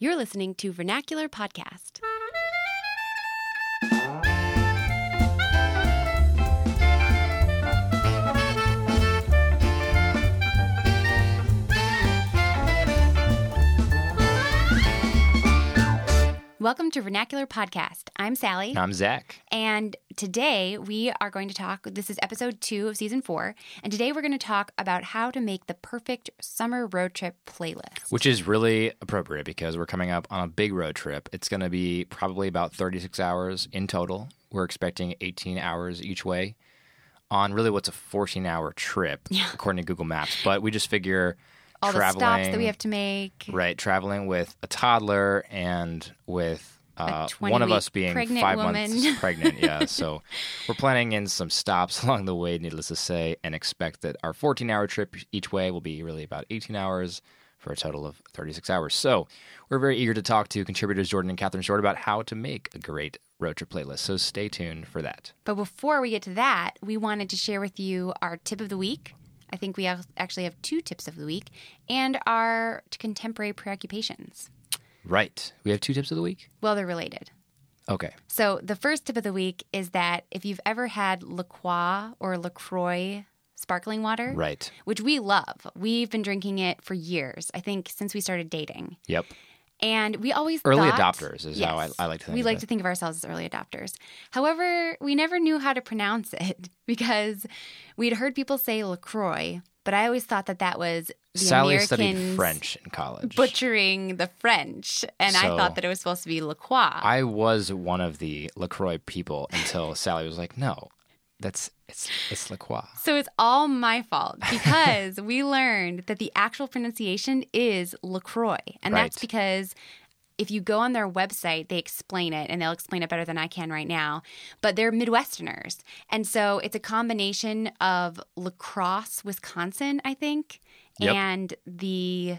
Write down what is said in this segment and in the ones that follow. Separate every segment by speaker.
Speaker 1: You're listening to Vernacular Podcast. Welcome to Vernacular Podcast. I'm Sally.
Speaker 2: I'm Zach.
Speaker 1: And today we are going to talk. This is episode two of season four. And today we're going to talk about how to make the perfect summer road trip playlist.
Speaker 2: Which is really appropriate because we're coming up on a big road trip. It's going to be probably about 36 hours in total. We're expecting 18 hours each way on really what's a 14 hour trip, according to Google Maps. But we just figure
Speaker 1: All the
Speaker 2: traveling,
Speaker 1: stops that we have to make.
Speaker 2: right, traveling with a toddler and with uh,
Speaker 1: 20
Speaker 2: one of
Speaker 1: week
Speaker 2: us being
Speaker 1: pregnant
Speaker 2: five
Speaker 1: woman.
Speaker 2: months pregnant. Yeah. So we're planning in some stops along the way, needless to say, and expect that our 14 hour trip each way will be really about 18 hours for a total of 36 hours. So we're very eager to talk to contributors Jordan and Catherine Short about how to make a great road trip playlist. So stay tuned for that.
Speaker 1: But before we get to that, we wanted to share with you our tip of the week. I think we ac- actually have two tips of the week and our contemporary preoccupations.
Speaker 2: Right. We have two tips of the week.
Speaker 1: Well, they're related.
Speaker 2: Okay.
Speaker 1: So the first tip of the week is that if you've ever had La Croix or LaCroix sparkling water,
Speaker 2: Right.
Speaker 1: which we love, we've been drinking it for years, I think since we started dating.
Speaker 2: Yep.
Speaker 1: And we always
Speaker 2: Early
Speaker 1: thought-
Speaker 2: adopters is how I, I like to think
Speaker 1: we
Speaker 2: of
Speaker 1: like
Speaker 2: it.
Speaker 1: to think of ourselves as early adopters. However, we never knew how to pronounce it because we'd heard people say Lacroix, but I always thought that that was the
Speaker 2: Sally
Speaker 1: Americans
Speaker 2: studied French in college.
Speaker 1: butchering the French, and I
Speaker 2: So-
Speaker 1: thought that it was supposed to be Lacroix.
Speaker 2: I was one of the Lacroix people until Sally was like, "No, that's it's it's Lacroix."
Speaker 1: so it's all my fault because we learned that the actual pronunciation is Lacroix, and that's
Speaker 2: Right.
Speaker 1: because. If you go on their website, they explain it and they'll explain it better than I can right now. But they're Midwesterners. And so it's a combination of Lacrosse, Wisconsin, I think,
Speaker 2: Yep.
Speaker 1: and the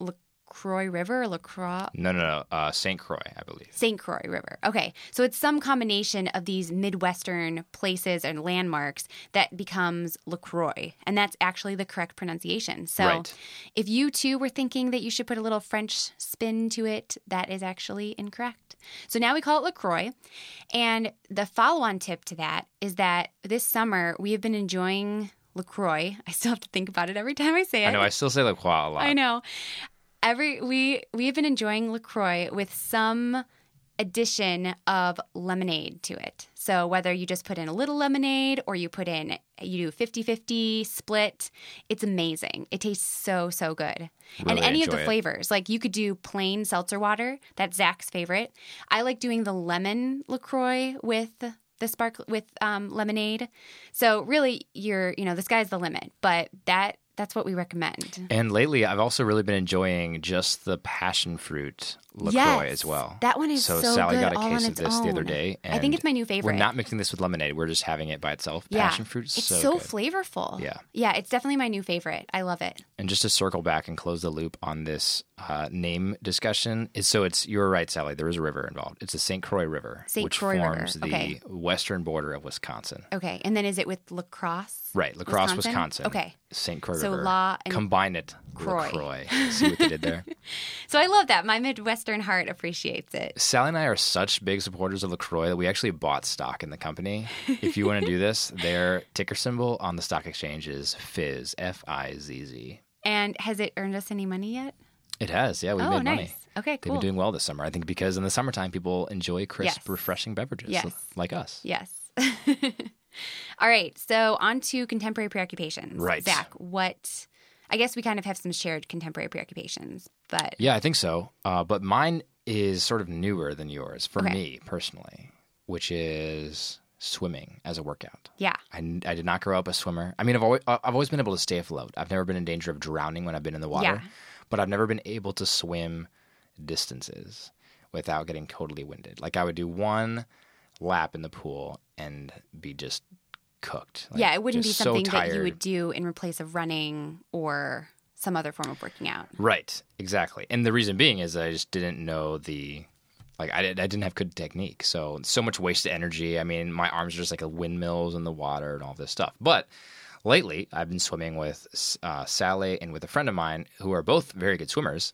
Speaker 1: LaCroix River, LaCroix.
Speaker 2: No, no, no, uh, Saint Croix, I believe.
Speaker 1: St. Croix River. Okay. So it's some combination of these Midwestern places and landmarks that becomes LaCroix. And that's actually the correct pronunciation. So
Speaker 2: Right.
Speaker 1: if you too were thinking that you should put a little French spin to it, that is actually incorrect. So now we call it LaCroix. And the follow on tip to that is that this summer we have been enjoying LaCroix. I still have to think about it every time I say it.
Speaker 2: I know. I still say Lacroix a lot.
Speaker 1: I know. Every we we have been enjoying Lacroix with some addition of lemonade to it. So whether you just put in a little lemonade or you put in you do 50-50 split, it's amazing. It tastes so so good. and
Speaker 2: Really
Speaker 1: any of
Speaker 2: enjoy
Speaker 1: the
Speaker 2: it.
Speaker 1: flavors, like you could do plain seltzer water, that's Zach's favorite. I like doing the lemon Lacroix with the spark with um, lemonade. So really you're, you know, the sky's the limit, but that that's what we recommend.
Speaker 2: And lately, I've also really been enjoying just the passion fruit Lacroix
Speaker 1: Yes.
Speaker 2: as well.
Speaker 1: That one is so,
Speaker 2: Sally
Speaker 1: good
Speaker 2: got
Speaker 1: all
Speaker 2: a
Speaker 1: on
Speaker 2: case of
Speaker 1: its
Speaker 2: this the other
Speaker 1: own.
Speaker 2: day. And
Speaker 1: I think it's my new favorite.
Speaker 2: We're not mixing this with lemonade. We're just having it by itself.
Speaker 1: Yeah.
Speaker 2: Passion fruit is
Speaker 1: It's
Speaker 2: so,
Speaker 1: so
Speaker 2: good.
Speaker 1: flavorful.
Speaker 2: Yeah.
Speaker 1: Yeah, it's definitely my new favorite. I love it.
Speaker 2: and just to circle back and close the loop on this uh, name discussion is so it's you're right sally there is a river involved it's the st croix river
Speaker 1: St.
Speaker 2: which
Speaker 1: Croix River,
Speaker 2: forms the
Speaker 1: okay.
Speaker 2: western border of wisconsin
Speaker 1: Okay. And then is it with lacrosse?
Speaker 2: right lacrosse
Speaker 1: Wisconsin?
Speaker 2: wisconsin,
Speaker 1: Okay.
Speaker 2: st croix
Speaker 1: So
Speaker 2: river
Speaker 1: La and
Speaker 2: combine it
Speaker 1: Croix.
Speaker 2: lacroix see what they did there
Speaker 1: So I love that. My Midwestern heart appreciates it.
Speaker 2: sally and i are such big supporters of lacroix that we actually bought stock in the company if you want to do this their ticker symbol on the stock exchange is fizz f-i-z-z
Speaker 1: And has it earned us any money yet?
Speaker 2: it has yeah we
Speaker 1: oh,
Speaker 2: made
Speaker 1: nice.
Speaker 2: money
Speaker 1: Okay,
Speaker 2: They've
Speaker 1: cool.
Speaker 2: been doing well this summer, I think, because in the summertime people enjoy crisp,
Speaker 1: Yes.
Speaker 2: refreshing beverages
Speaker 1: Yes.
Speaker 2: like us.
Speaker 1: yes. All right. So on to contemporary preoccupations.
Speaker 2: Right.
Speaker 1: Zach, what I guess we kind of have some shared contemporary preoccupations, but
Speaker 2: Yeah, I think so. Uh, but mine is sort of newer than yours for
Speaker 1: Okay.
Speaker 2: me personally, which is swimming as a workout.
Speaker 1: yeah.
Speaker 2: I, n- I did not grow up a swimmer. I mean, I've always I've always been able to stay afloat. I've never been in danger of drowning when I've been in the water,
Speaker 1: Yeah.
Speaker 2: but I've never been able to swim distances without getting totally winded. Like I would do one lap in the pool and be just cooked. Like,
Speaker 1: yeah, it wouldn't be
Speaker 2: just
Speaker 1: something
Speaker 2: so
Speaker 1: that you
Speaker 2: tired.
Speaker 1: would do in place of running or some other form of working out.
Speaker 2: Right, exactly. And the reason being is I just didn't know the like I, did, I didn't have good technique. So so much wasted energy. I mean, my arms are just like a windmills in the water and all this stuff. But lately, I've been swimming with uh, Sally and with a friend of mine who are both very good swimmers.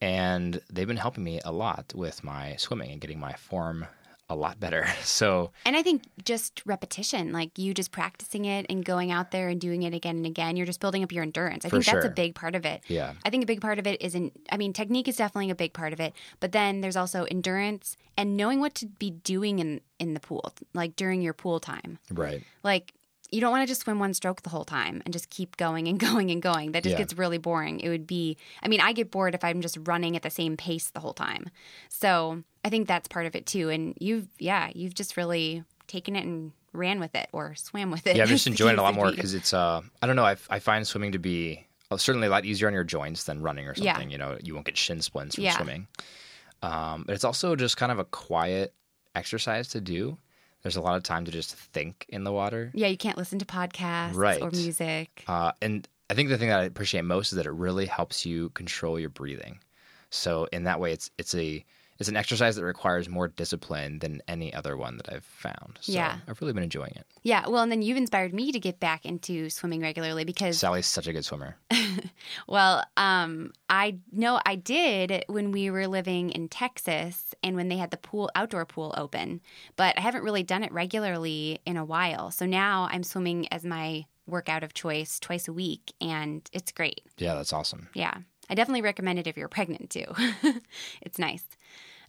Speaker 2: and they've been helping me a lot with my swimming and getting my form a lot better. So
Speaker 1: And I think just repetition, like you just practicing it and going out there and doing it again and again, you're just building up your endurance. I
Speaker 2: For
Speaker 1: think that's a
Speaker 2: sure.
Speaker 1: big part of it.
Speaker 2: Yeah.
Speaker 1: I think a big part of it isn't, I mean, technique is definitely a big part of it, but then there's also endurance and knowing what to be doing in, in the pool, like during your pool time.
Speaker 2: right,
Speaker 1: Like, you don't want to just swim one stroke the whole time and just keep going and going and going. That just
Speaker 2: Yeah.
Speaker 1: gets really boring. It would be, I mean, I get bored if I'm just running at the same pace the whole time. So I think that's part of it too. And you've, yeah, you've just really taken it and ran with it or swam with it.
Speaker 2: yeah, I'm just
Speaker 1: as the
Speaker 2: enjoying it a
Speaker 1: case
Speaker 2: lot
Speaker 1: may
Speaker 2: more
Speaker 1: be.
Speaker 2: because it's uh, I don't know, I, I find swimming to be uh, certainly a lot easier on your joints than running or
Speaker 1: Yeah.
Speaker 2: something. You know, you won't get shin splints from
Speaker 1: Yeah.
Speaker 2: swimming. Um, but it's also just kind of a quiet exercise to do. There's a lot of time to just think in the water.
Speaker 1: Yeah, you can't listen to podcasts
Speaker 2: Right.
Speaker 1: or music.
Speaker 2: Uh, and I think the thing that I appreciate most is that it really helps you control your breathing. So in that way, it's it's a it's an exercise that requires more discipline than any other one that I've found. So
Speaker 1: Yeah.
Speaker 2: I've really been enjoying it.
Speaker 1: Yeah, well, and then you've inspired me to get back into swimming regularly because
Speaker 2: Sally's such a good swimmer.
Speaker 1: Well, um, I know I did when we were living in Texas and when they had the pool outdoor pool open, but I haven't really done it regularly in a while. So now I'm swimming as my workout of choice twice a week, and it's great.
Speaker 2: Yeah, that's awesome.
Speaker 1: Yeah, I definitely recommend it if you're pregnant too. it's nice.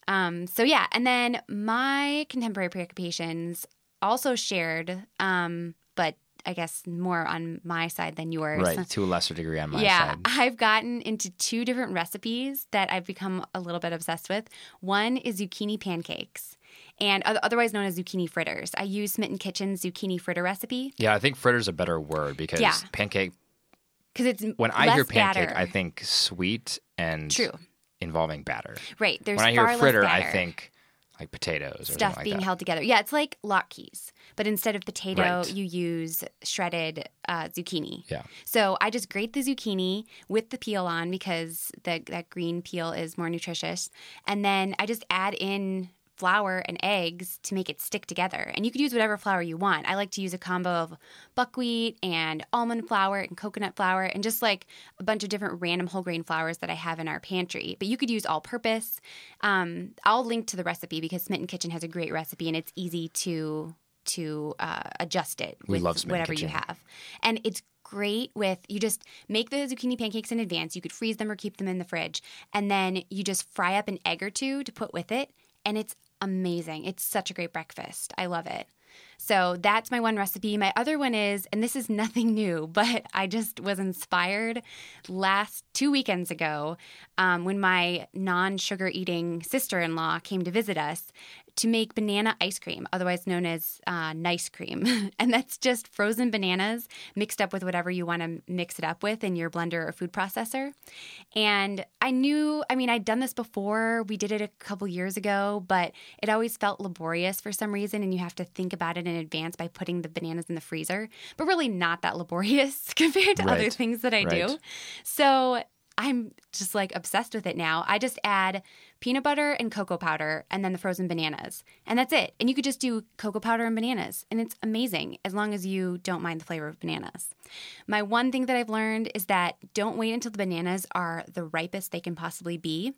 Speaker 1: Um, so yeah, and then my contemporary preoccupations also shared, um, but I guess more on my side than yours
Speaker 2: Right, to a lesser degree on my
Speaker 1: yeah,
Speaker 2: side.
Speaker 1: I've gotten into two different recipes that I've become a little bit obsessed with. One is zucchini pancakes, and oth- otherwise known as zucchini fritters. I use Smitten Kitchen's zucchini fritter recipe
Speaker 2: Yeah, I think fritter's a better word because
Speaker 1: Yeah.
Speaker 2: pancake.
Speaker 1: because it's
Speaker 2: When I
Speaker 1: less
Speaker 2: hear pancake,
Speaker 1: batter.
Speaker 2: I think sweet and
Speaker 1: true,
Speaker 2: involving batter.
Speaker 1: right? There's
Speaker 2: when I
Speaker 1: far
Speaker 2: hear fritter,
Speaker 1: less
Speaker 2: I
Speaker 1: batter.
Speaker 2: think like potatoes or
Speaker 1: stuff
Speaker 2: something like
Speaker 1: being
Speaker 2: that.
Speaker 1: held together. Yeah, it's like latkes, but instead of potato,
Speaker 2: Right.
Speaker 1: you use shredded uh, zucchini.
Speaker 2: Yeah.
Speaker 1: So I just grate the zucchini with the peel on because the, that green peel is more nutritious, and then I just add in flour and eggs to make it stick together. And you could use whatever flour you want. I like to use a combo of buckwheat and almond flour and coconut flour and just like a bunch of different random whole grain flours that I have in our pantry. But you could use all purpose. Um, I'll link to the recipe because Smitten Kitchen has a great recipe and it's easy to to uh, adjust it
Speaker 2: We
Speaker 1: with
Speaker 2: love Smitten
Speaker 1: whatever you
Speaker 2: Kitchen.
Speaker 1: have. And it's great with you just make the zucchini pancakes in advance. You could freeze them or keep them in the fridge. And then you just fry up an egg or two to put with it. And it's amazing. It's such a great breakfast. I love it. So that's my one recipe. My other one is, and this is nothing new, but I just was inspired last two weekends ago um, when my non sugar eating sister in law came to visit us to make banana ice cream, otherwise known as uh, nice cream. and that's just frozen bananas mixed up with whatever you want to mix it up with in your blender or food processor. And I knew, I mean, I'd done this before. We did it a couple years ago, but it always felt laborious for some reason. And you have to think about it in advance by putting the bananas in the freezer, but really not that laborious compared to other
Speaker 2: Right.
Speaker 1: things that I
Speaker 2: Right.
Speaker 1: do. So I'm just like obsessed with it now. I just add peanut butter and cocoa powder and then the frozen bananas. And that's it. And you could just do cocoa powder and bananas. And it's amazing as long as you don't mind the flavor of bananas. My one thing that I've learned is that don't wait until the bananas are the ripest they can possibly be.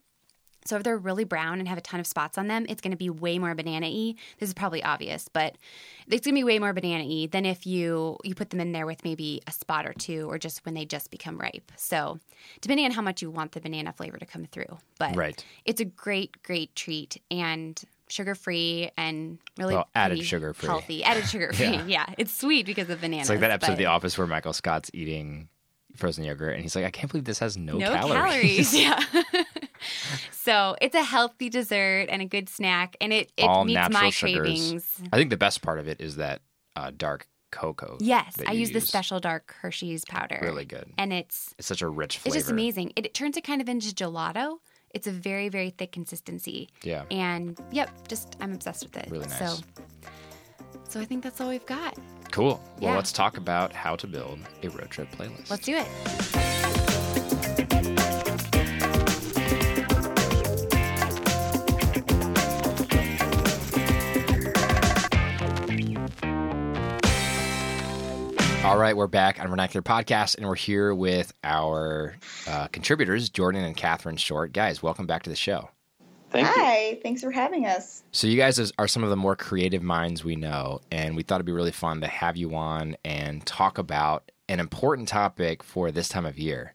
Speaker 1: So if they're really brown and have a ton of spots on them, it's going to be way more banana-y. This is probably obvious, but it's going to be way more banana-y than if you you put them in there with maybe a spot or two or just when they just become ripe. So, depending on how much you want the banana flavor to come through, but
Speaker 2: Right.
Speaker 1: it's a great great treat and sugar-free and really
Speaker 2: Well, added
Speaker 1: pretty
Speaker 2: sugar-free.
Speaker 1: healthy, added sugar-free. yeah. It's sweet because of bananas.
Speaker 2: It's like that episode
Speaker 1: but-
Speaker 2: of The Office where Michael Scott's eating frozen yogurt and he's like, I can't believe this has no,
Speaker 1: no calories. yeah. so it's a healthy dessert and a good snack, and it, it
Speaker 2: All
Speaker 1: meets
Speaker 2: natural
Speaker 1: my
Speaker 2: sugars.
Speaker 1: cravings.
Speaker 2: I think the best part of it is that uh, dark cocoa.
Speaker 1: Yes,
Speaker 2: that
Speaker 1: I
Speaker 2: you
Speaker 1: use the special dark Hershey's powder.
Speaker 2: Really good.
Speaker 1: and it's
Speaker 2: It's such a rich
Speaker 1: it's
Speaker 2: flavor.
Speaker 1: just amazing. It, it turns it kind of into gelato. It's a very very thick consistency,
Speaker 2: Yeah.
Speaker 1: and yep, just I'm obsessed with it.
Speaker 2: Really nice.
Speaker 1: So, so I think that's all we've got.
Speaker 2: Cool. Well,
Speaker 1: Yeah.
Speaker 2: let's talk about how to build a road trip playlist.
Speaker 1: Let's do it.
Speaker 2: All All right, we're back on Vernacular Podcast, and we're here with our uh, contributors, Jordan and Catherine Short. Guys, welcome back to the show.
Speaker 3: Thank you.
Speaker 4: Hi, thanks for having us.
Speaker 2: So you guys is- are some of the more creative minds we know, and we thought it'd be really fun to have you on and talk about an important topic for this time of year,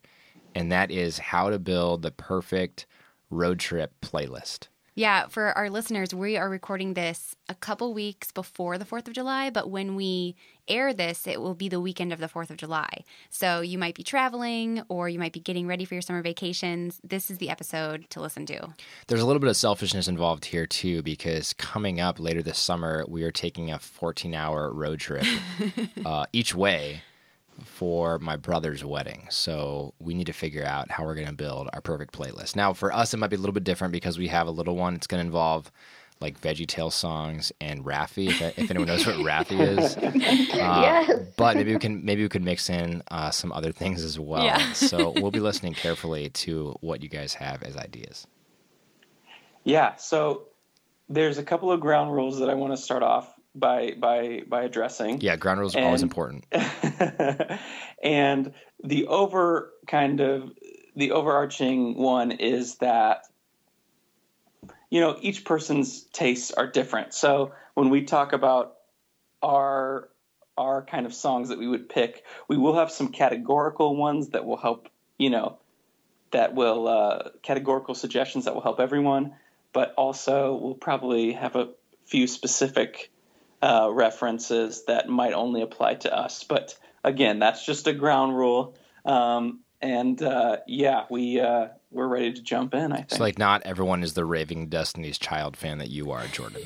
Speaker 2: and that is how to build the perfect road trip playlist.
Speaker 1: Yeah, for our listeners, we are recording this a couple weeks before the 4th of July, but when we air this, it will be the weekend of the 4th of July. So you might be traveling or you might be getting ready for your summer vacations. This is the episode to listen to.
Speaker 2: There's a little bit of selfishness involved here too, because coming up later this summer, we are taking a 14 hour road trip uh, each way for my brother's wedding. So we need to figure out how we're going to build our perfect playlist. Now, for us, it might be a little bit different because we have a little one. It's going to involve like Veggie Tale songs and Raffi, if, if anyone knows what Raffi is. Uh,
Speaker 4: Yes.
Speaker 2: But maybe we can maybe we could mix in uh, some other things as well.
Speaker 1: Yeah.
Speaker 2: so we'll be listening carefully to what you guys have as ideas.
Speaker 3: Yeah. So there's a couple of ground rules that I want to start off by by by addressing.
Speaker 2: Yeah, ground rules are always
Speaker 3: And-
Speaker 2: important.
Speaker 3: and the over kind of the overarching one is that you know each person's tastes are different so when we talk about our our kind of songs that we would pick we will have some categorical ones that will help you know that will uh, categorical suggestions that will help everyone but also we'll probably have a few specific uh, references that might only apply to us. But again, that's just a ground rule. Um, and uh, yeah, we uh, we're ready to jump in. I think
Speaker 2: So, like, not everyone is the raving Destiny's Child fan that you are, Jordan.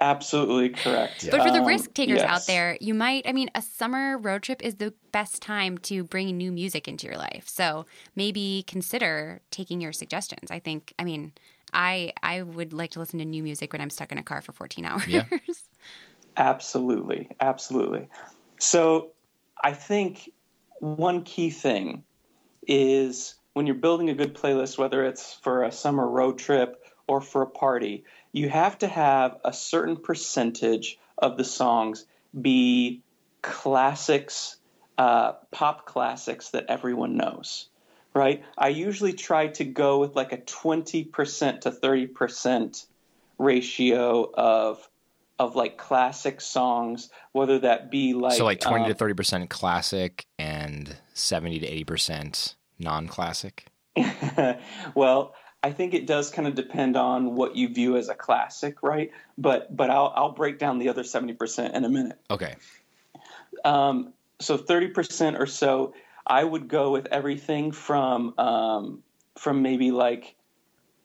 Speaker 3: absolutely correct.
Speaker 1: But for the
Speaker 3: Um,
Speaker 1: risk takers out
Speaker 3: yes.
Speaker 1: there, you might, I mean, a summer road trip is the best time to bring new music into your life. So maybe consider taking your suggestions. I think, I mean, I I would like to listen to new music when I'm stuck in a car for 14 hours.
Speaker 2: Yeah.
Speaker 3: Absolutely, absolutely. So I think one key thing is when you're building a good playlist, whether it's for a summer road trip or for a party, you have to have a certain percentage of the songs be classics, uh, pop classics that everyone knows, right? I usually try to go with like a 20% to 30% ratio of of like classic songs, whether that be like
Speaker 2: so, like, 20 to
Speaker 3: um,
Speaker 2: 30% classic and 70 to 80% non classic.
Speaker 3: well, I think it does kind of depend on what you view as a classic, right? But but I'll I'll break down the other seventy percent in a minute.
Speaker 2: Okay.
Speaker 3: Um, so thirty percent or so, I would go with everything from um, from maybe like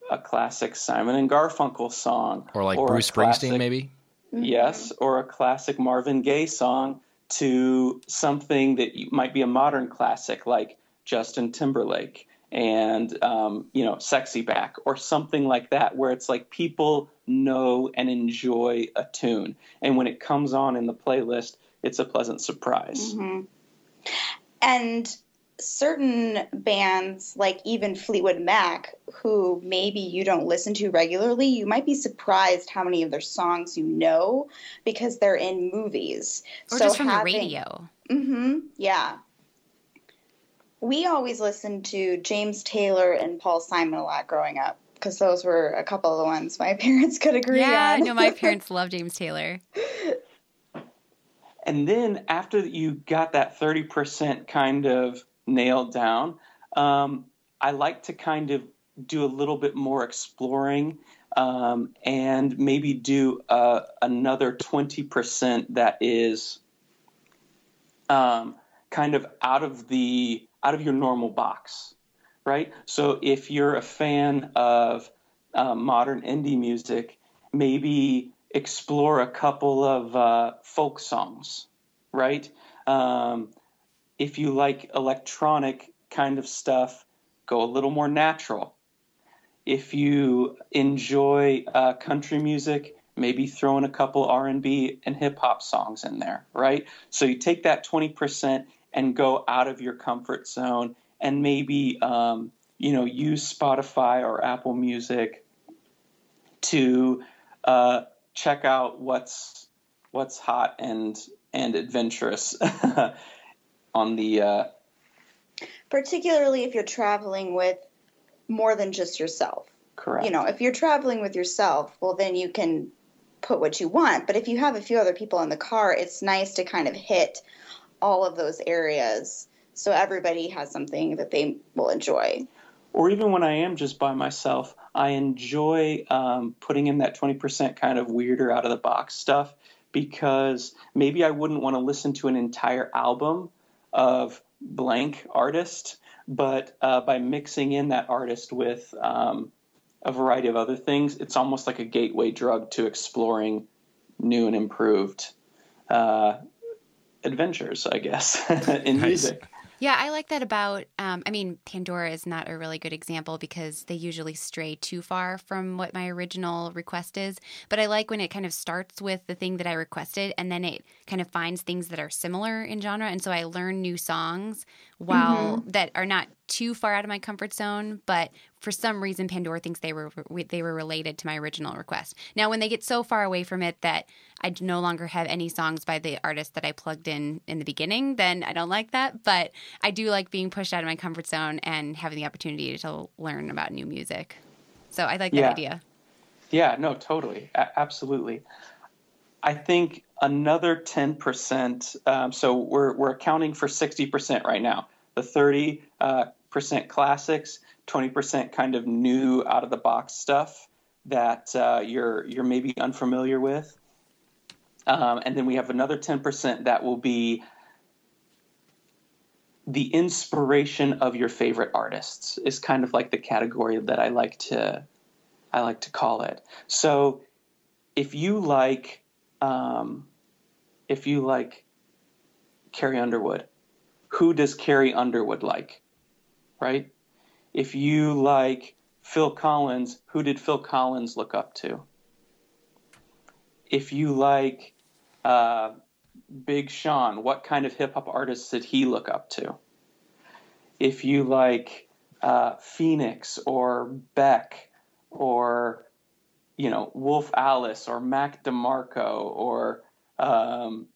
Speaker 3: a classic Simon and Garfunkel song,
Speaker 2: Or, like,
Speaker 3: a
Speaker 2: Bruce Springsteen,
Speaker 3: classic-
Speaker 2: maybe?
Speaker 3: yes, or a classic Marvin Gaye song to something that you- might be a modern classic like Justin Timberlake and um, you know Sexy Back or something like that, where it's like people know and enjoy a tune, and when it comes on in the playlist, it's a pleasant surprise.
Speaker 1: Mm-hmm.
Speaker 4: Mhm. And certain bands, like even Fleetwood Mac, who maybe you don't listen to regularly, you might be surprised how many of their songs you know because they're in movies.
Speaker 1: Or just from the radio.
Speaker 4: hmm yeah. We always listened to James Taylor and Paul Simon a lot growing up because those were a couple of the ones my parents could agree
Speaker 1: Yeah,
Speaker 4: on.
Speaker 1: no, my parents love James Taylor.
Speaker 3: And then after you got that 30% kind of nailed down, um, I like to kind of do a little bit more exploring um, and maybe do uh, another 20% that is um, kind of out of the out of your normal box, right? So if you're a fan of uh, modern indie music, maybe explore a couple of uh, folk songs, right? Um, if you like electronic kind of stuff, go a little more natural. If you enjoy uh, country music, maybe throw in a couple R&B and hip hop songs in there, right? So you take that 20% and go out of your comfort zone and maybe um, you know use Spotify or Apple Music to uh, check out what's what's hot and and adventurous on the uh,
Speaker 4: particularly if you're traveling with more than just yourself.
Speaker 3: correct.
Speaker 4: You know, if you're traveling with yourself, well, then you can put what you want. But if you have a few other people in the car, it's nice to kind of hit all of those areas so everybody has something that they will enjoy.
Speaker 3: or even when I am just by myself, I enjoy um, putting in that 20% kind of weirder out of the box stuff because maybe I wouldn't want to listen to an entire album of blank artist, but uh, by mixing in that artist with um, a variety of other things, it's almost like a gateway drug to exploring new and improved uh, adventures, I guess, in
Speaker 2: Nice.
Speaker 3: music.
Speaker 1: Yeah, I like that about. Um, I mean, Pandora is not a really good example because they usually stray too far from what my original request is. But I like when it kind of starts with the thing that I requested and then it kind of finds things that are similar in genre. And so I learn new songs while that are not too far out of my comfort zone. But for some reason, Pandora thinks they were they were related to my original request. Now, when they get so far away from it that I no longer have any songs by the artist that I plugged in in the beginning, then I don't like that. But I do like being pushed out of my comfort zone and having the opportunity to learn about new music. So I like that
Speaker 3: Yeah.
Speaker 1: idea.
Speaker 3: Yeah, no, totally. A- absolutely. I think another 10%, um, so we're, we're accounting for 60% right now. The 30% uh, percent classics, 20% kind of new out of the box stuff that uh, you're, you're maybe unfamiliar with. Um, and then we have another 10% that will be the inspiration of your favorite artists is kind of like the category that I like to I like to call it. So if you like, um, if you like Carrie Underwood, who does Carrie Underwood like? Right? If you like Phil Collins, who did Phil Collins look up to? If you like uh, Big Sean, what kind of hip hop artists did he look up to? If you like uh, Phoenix or Beck, or you know Wolf Alice or Mac DeMarco or um,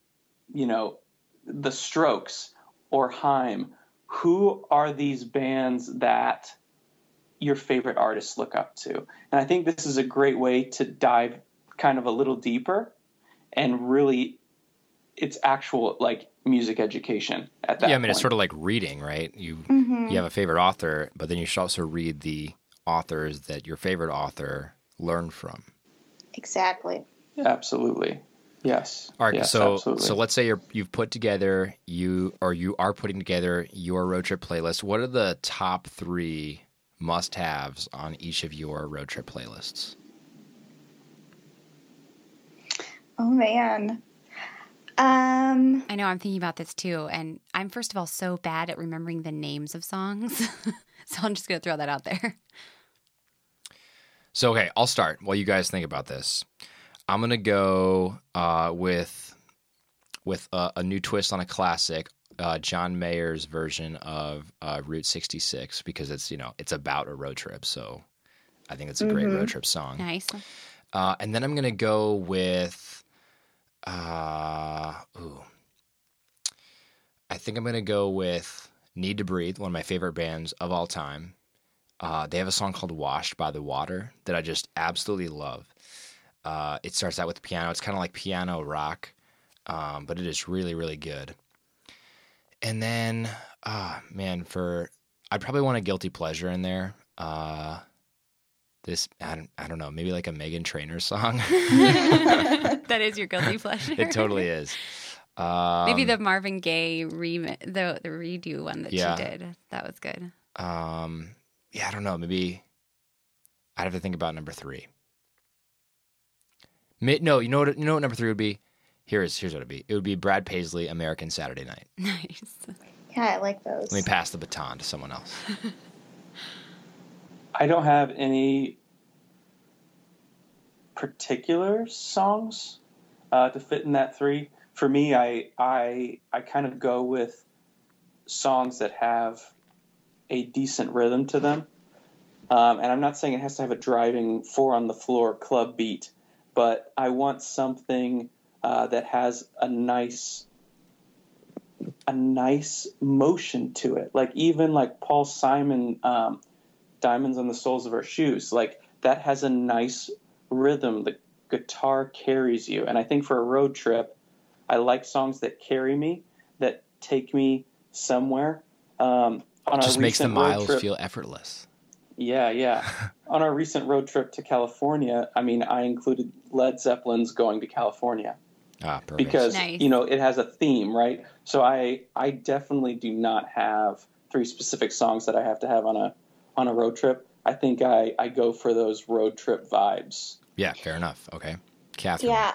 Speaker 3: you know The Strokes or Heim. Who are these bands that your favorite artists look up to? And I think this is a great way to dive kind of a little deeper and really it's actual like music education at that
Speaker 2: yeah, I mean,
Speaker 3: point.
Speaker 2: it's sort of like reading, right? You you have a favorite author, but then you should also read the authors that your favorite author learned from.
Speaker 4: Exactly.
Speaker 3: absolutely yes
Speaker 2: All right,
Speaker 3: Yes,
Speaker 2: so
Speaker 3: absolutely.
Speaker 2: so let's say you're you've put together you or you are putting together your road trip playlist. What are the top three must haves on each of your road trip playlists?
Speaker 4: Oh, man. Um,
Speaker 1: I know I'm thinking about this too, and I'm first of all so bad at remembering the names of songs, so I'm just gonna throw that out there.
Speaker 2: So okay, I'll start while you guys think about this. I'm gonna go uh, with with a, a new twist on a classic, uh, John Mayer's version of uh, Route 66 because it's you know it's about a road trip, so I think it's a great
Speaker 3: Mm-hmm.
Speaker 2: road trip song.
Speaker 1: Nice.
Speaker 2: Uh, and then I'm gonna go with, uh, ooh, I think I'm gonna go with Need to Breathe, one of my favorite bands of all time. Uh, they have a song called "Washed by the Water" that I just absolutely love. Uh, it starts out with piano. It's kind of like piano rock, um, but it is really, really good. And then, ah, man, for I'd probably want a guilty pleasure in there. Uh, this I don't, I don't know, maybe like a Megan Trainor song.
Speaker 1: that is your guilty pleasure.
Speaker 2: it totally is. Um,
Speaker 1: Maybe the Marvin Gaye rem- the the redo one that
Speaker 2: Yeah.
Speaker 1: she did. That was good.
Speaker 2: um, yeah, I don't know. Maybe I'd have to think about number three. Mi- No, you know what? You know what number three would be. Here's here's what it'd be. It would be Brad Paisley, American Saturday Night.
Speaker 1: Nice.
Speaker 4: yeah, I like those.
Speaker 2: Let me pass the baton to someone else.
Speaker 3: I don't have any particular songs uh, to fit in that three. For me, I I I kind of go with songs that have a decent rhythm to them, um, and I'm not saying it has to have a driving four on the floor club beat, but I want something uh, that has a nice a nice motion to it. Like even like Paul Simon, um, "Diamonds on the Soles of Her Shoes," like that has a nice rhythm. The guitar carries you, and I think for a road trip, I like songs that carry me, that take me somewhere. Um, on
Speaker 2: It
Speaker 3: our
Speaker 2: just makes the
Speaker 3: recent road
Speaker 2: miles
Speaker 3: trip-
Speaker 2: feel effortless.
Speaker 3: yeah, yeah. On our recent road trip to California, I mean, I included Led Zeppelin's "Going to California"
Speaker 2: Ah, perfect.
Speaker 3: because
Speaker 1: Nice.
Speaker 3: you know it has a theme, right? So I I definitely do not have three specific songs that I have to have on a on a road trip. I think I I go for those road trip vibes.
Speaker 2: yeah, fair enough. Okay, Catherine.
Speaker 4: Yeah.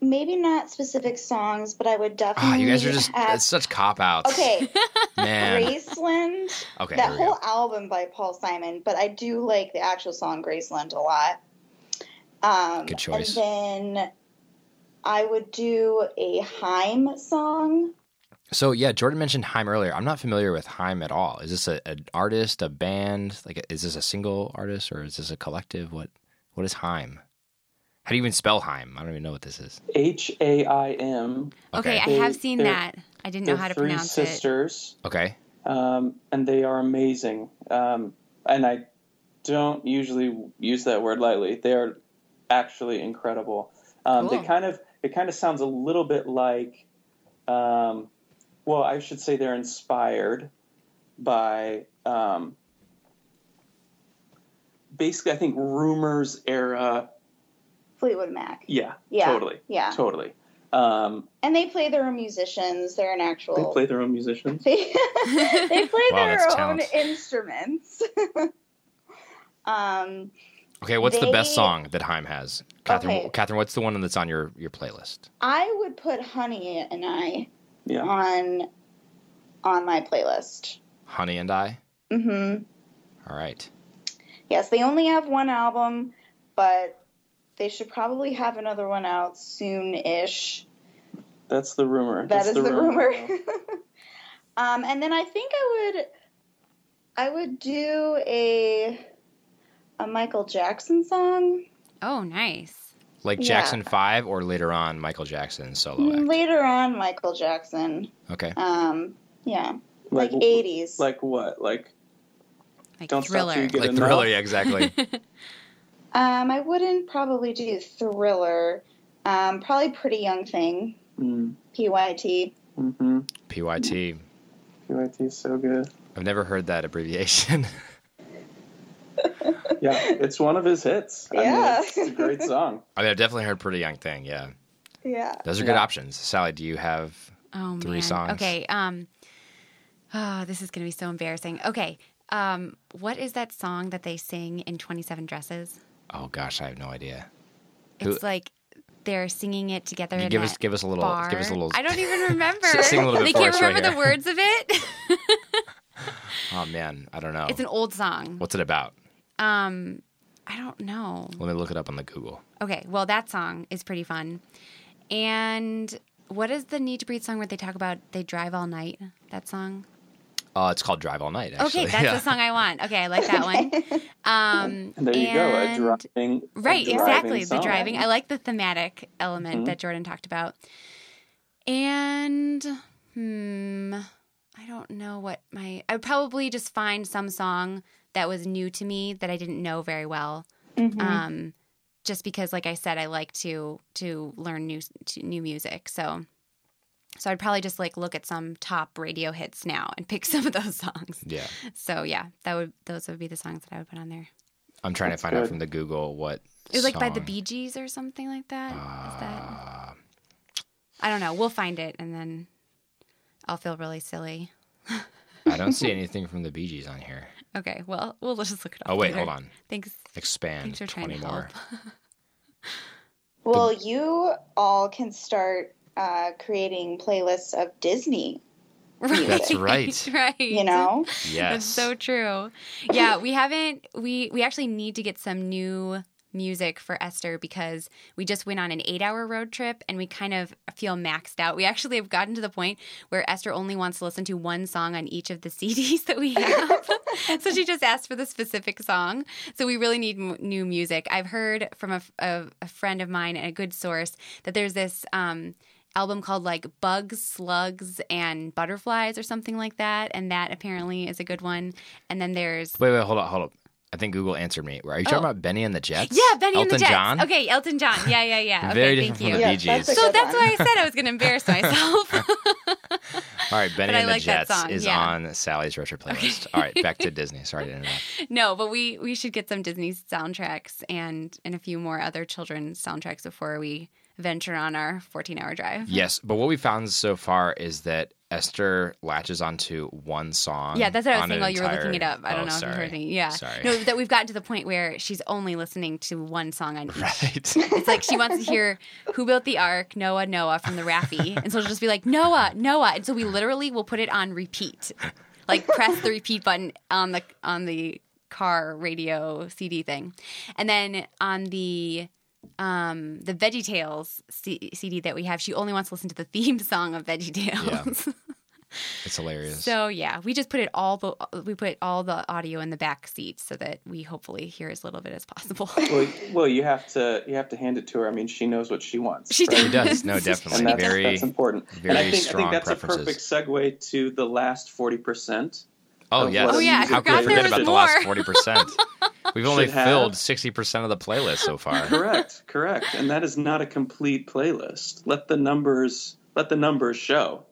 Speaker 4: Maybe not specific songs, but I would definitely.
Speaker 2: Ah, you guys are just
Speaker 4: add-
Speaker 2: that's such cop outs.
Speaker 4: okay.
Speaker 2: man.
Speaker 4: Graceland.
Speaker 2: Okay,
Speaker 4: that
Speaker 2: here we
Speaker 4: whole
Speaker 2: go.
Speaker 4: album by Paul Simon, but I do like the actual song Graceland a lot. Um,
Speaker 2: Good choice.
Speaker 4: And then I would do a Heim song.
Speaker 2: So yeah, Jordan mentioned Heim earlier. I'm not familiar with Heim at all. Is this a, an artist, a band? Like, is this a single artist or is this a collective? What What is Heim? How do you even spell Heim? I don't even know what this is.
Speaker 3: H A I M.
Speaker 1: Okay,
Speaker 2: Okay.
Speaker 1: I have seen
Speaker 3: They're-
Speaker 1: that. I didn't know
Speaker 3: They're
Speaker 1: how to
Speaker 3: three
Speaker 1: pronounce
Speaker 3: sisters,
Speaker 2: Okay.
Speaker 3: um, and they are amazing. Um, and I don't usually use that word lightly. They are actually incredible. Um,
Speaker 1: Cool.
Speaker 3: They kind of it kind of sounds a little bit like, um, well, I should say they're inspired by um, basically I think rumors era.
Speaker 4: Fleetwood Mac.
Speaker 3: Yeah,
Speaker 4: Yeah.
Speaker 3: totally,
Speaker 4: Yeah.
Speaker 3: totally. Um,
Speaker 4: And they play their own musicians. They're an actual.
Speaker 3: they play their own musicians.
Speaker 4: They, they play
Speaker 2: Wow,
Speaker 4: their
Speaker 2: that's
Speaker 4: own
Speaker 2: talent.
Speaker 4: instruments. um,
Speaker 2: Okay. What's the best
Speaker 4: They-
Speaker 2: song that Heim has, Catherine?
Speaker 4: Okay.
Speaker 2: Catherine, what's the one that's on your your playlist?
Speaker 4: I would put Honey and I
Speaker 3: Yeah.
Speaker 4: on on my playlist.
Speaker 2: Honey and I.
Speaker 4: hmm
Speaker 2: All right.
Speaker 4: Yes, they only have one album, but they should probably have another one out soon ish.
Speaker 3: That's the rumor.
Speaker 4: That
Speaker 3: That's
Speaker 4: is the, rumor. um, and then I think I would I would do a a Michael Jackson song
Speaker 1: it. Oh, nice.
Speaker 2: Like
Speaker 4: Yeah.
Speaker 2: Jackson Five or later on Michael Jackson solo act.
Speaker 4: later on Michael Jackson.
Speaker 2: Okay.
Speaker 4: Um, yeah. Like
Speaker 3: Like
Speaker 4: eighties.
Speaker 3: like what? Like
Speaker 1: Like
Speaker 3: Don't Stop Till You
Speaker 1: thriller.
Speaker 3: Get
Speaker 2: Like
Speaker 3: Enough?
Speaker 2: Thriller, yeah, exactly.
Speaker 4: um, I wouldn't probably do thriller. Um, probably pretty young thing.
Speaker 3: Mm,
Speaker 4: PYT.
Speaker 3: hmm
Speaker 2: PYT.
Speaker 3: QIT is so good.
Speaker 2: I've never heard that abbreviation.
Speaker 3: Yeah, it's one of his hits. I mean,
Speaker 4: Yeah.
Speaker 3: it's a great song.
Speaker 2: I mean, I've definitely heard Pretty Young Thing. Yeah,
Speaker 4: Yeah.
Speaker 2: those are good
Speaker 3: Yeah.
Speaker 2: options. Sally, do you have?
Speaker 1: Oh,
Speaker 2: Three
Speaker 1: man.
Speaker 2: songs.
Speaker 1: Okay. Um, oh, this is going to be so embarrassing. Okay. Um, what is that song that they sing in 27 Dresses?
Speaker 2: Oh gosh, I have no idea. Who-
Speaker 1: It's like they're singing it together.
Speaker 2: You
Speaker 1: in
Speaker 2: give us
Speaker 1: that
Speaker 2: give us a little
Speaker 1: bar.
Speaker 2: give us a little.
Speaker 1: I don't e-, even remember.
Speaker 2: Sing a little bit
Speaker 1: they
Speaker 2: for
Speaker 1: can't
Speaker 2: us right
Speaker 1: remember the
Speaker 2: here.
Speaker 1: words of it.
Speaker 2: Oh man, I don't know.
Speaker 1: It's an old song.
Speaker 2: What's it about?
Speaker 1: Um, I don't know.
Speaker 2: Let me look it up on the Google.
Speaker 1: Okay, well that song is pretty fun. And what is the Need to Breathe song where they talk about they drive all night? That song.
Speaker 2: Uh, it's called Drive All Night. Actually.
Speaker 1: Okay, that's
Speaker 2: yeah.
Speaker 1: the song I want. Okay, I like that one. Um,
Speaker 3: And there you
Speaker 1: and-
Speaker 3: go, a driving. a
Speaker 1: Right,
Speaker 3: driving
Speaker 1: exactly.
Speaker 3: song. Mm-hmm.
Speaker 1: The driving. I like the thematic element that Jordan talked about. And hmm, I don't know what my I would probably just find some song that was new to me that I didn't know very well.
Speaker 2: Mm-hmm.
Speaker 4: Mm-hmm.
Speaker 1: Um, just because, like I said, I like to to learn new to new music. So, so I'd probably just like look at some top radio hits now and pick some of those songs.
Speaker 2: Yeah,
Speaker 1: So yeah, that would those would be the songs that I would put on there.
Speaker 2: I'm trying
Speaker 3: That's
Speaker 2: to find out
Speaker 3: good.
Speaker 2: from the Google what.
Speaker 1: It was like by the
Speaker 2: song-
Speaker 1: Bee Gees or something like that. Is that?
Speaker 2: Uh,
Speaker 1: I don't know. We'll find it and then I'll feel really silly.
Speaker 2: I don't see anything from the Bee Gees on here.
Speaker 1: Okay, well, we'll just look it up.
Speaker 2: Oh wait,
Speaker 1: later.
Speaker 2: hold on.
Speaker 1: Thanks.
Speaker 2: Expand
Speaker 1: Thanks for trying
Speaker 2: twenty
Speaker 1: to
Speaker 2: more.
Speaker 4: Well, you all can start uh, creating playlists of Disney.
Speaker 1: Right.
Speaker 2: That's right.
Speaker 1: Right.
Speaker 4: You know,
Speaker 2: Yes.
Speaker 1: That's so true. Yeah, we haven't we we actually need to get some new music for Esther because we just went on an 8-hour road trip and we kind of feel maxed out. We actually have gotten to the point where Esther only wants to listen to one song on each of the CDs that we have. so she just asked for the specific song. So we really need m- new music. I've heard from a, f- a- a friend of mine and a good source that there's this um album called like Bugs, Slugs, and Butterflies or something like that, and that apparently is a good one. And then there's
Speaker 2: Wait, wait, hold up, hold up. I think Google answered me. Are you talking about Benny and the Jets?
Speaker 1: Oh. yeah, Benny
Speaker 2: Elton
Speaker 1: and the Jets.
Speaker 2: John?
Speaker 1: Okay, Elton John. Yeah, yeah, yeah. Okay,
Speaker 2: Very
Speaker 1: thank
Speaker 2: different
Speaker 1: you.
Speaker 2: from the
Speaker 4: Yeah,
Speaker 2: Bee
Speaker 4: that's
Speaker 2: Gees.
Speaker 4: a-
Speaker 1: So that's why I said I was going to embarrass myself.
Speaker 2: All right, Benny
Speaker 1: But I
Speaker 2: and the
Speaker 1: like that
Speaker 2: Jets
Speaker 1: song,
Speaker 2: is
Speaker 1: yeah.
Speaker 2: on Sally's retro playlist. All right, back to Disney. Sorry to interrupt.
Speaker 1: no, but we we should get some Disney soundtracks and and a few more other children's soundtracks before we venture on our 14-hour drive.
Speaker 2: Yes, but what we found so far is that Esther latches onto one song.
Speaker 1: Yeah, that's what I was
Speaker 2: on
Speaker 1: saying
Speaker 2: an
Speaker 1: while you were looking
Speaker 2: entire-
Speaker 1: it up. I
Speaker 2: Oh,
Speaker 1: don't know if you
Speaker 2: sorry.
Speaker 1: heard me. Yeah.
Speaker 2: Sorry.
Speaker 1: No, that we've gotten to the point where she's only listening to one song on each.
Speaker 2: Right.
Speaker 1: It's like she wants to hear Who Built the Ark, Noah, Noah from the Raffi. And so she'll just be like, Noah, Noah. And so we literally will put it on repeat. Like press the repeat button on the on the car radio CD thing. And then on the um the VeggieTales C- CD that we have, she only wants to listen to the theme song of VeggieTales.
Speaker 2: It's hilarious.
Speaker 1: So yeah, we just put it all the we put all the audio in the back seat so that we hopefully hear as little of it as possible.
Speaker 3: Well, well, you have to you have to hand it to her. I mean, she knows what she wants.
Speaker 1: She
Speaker 2: She does. No, definitely.
Speaker 3: and that's,
Speaker 2: very
Speaker 3: that's important. and
Speaker 2: very
Speaker 3: I think,
Speaker 2: strong
Speaker 3: I think that's
Speaker 2: preferences.
Speaker 3: a perfect segue to the last forty percent.
Speaker 2: Oh
Speaker 3: of
Speaker 2: yes.
Speaker 3: what
Speaker 1: Oh, yeah, I
Speaker 2: How could
Speaker 1: forgot
Speaker 2: we forget
Speaker 1: there
Speaker 2: about
Speaker 1: was
Speaker 2: the last
Speaker 1: more.
Speaker 2: forty percent? We've only
Speaker 3: Should have.
Speaker 2: filled sixty percent of the playlist so far.
Speaker 3: Correct, correct. And that is not a complete playlist. Let the numbers let the numbers show.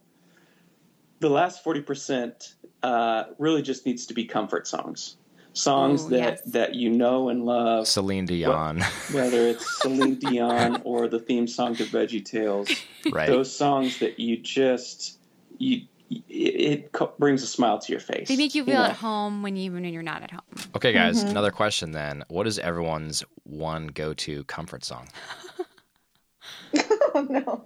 Speaker 3: The last forty percent uh, really just needs to be comfort songs, songs
Speaker 1: Ooh,
Speaker 3: that
Speaker 1: yes.
Speaker 3: that you know and love.
Speaker 2: Celine Dion.
Speaker 3: whether it's Celine Dion or the theme song to Veggie Tales,
Speaker 2: right.
Speaker 3: those songs that you just you it, it co- brings a smile to your face.
Speaker 1: They make you feel
Speaker 3: know?
Speaker 1: at home when you, even when you're not at home.
Speaker 2: Okay, guys.
Speaker 1: Mm-hmm.
Speaker 2: Another question then. What is everyone's one go-to comfort song?
Speaker 4: Oh no.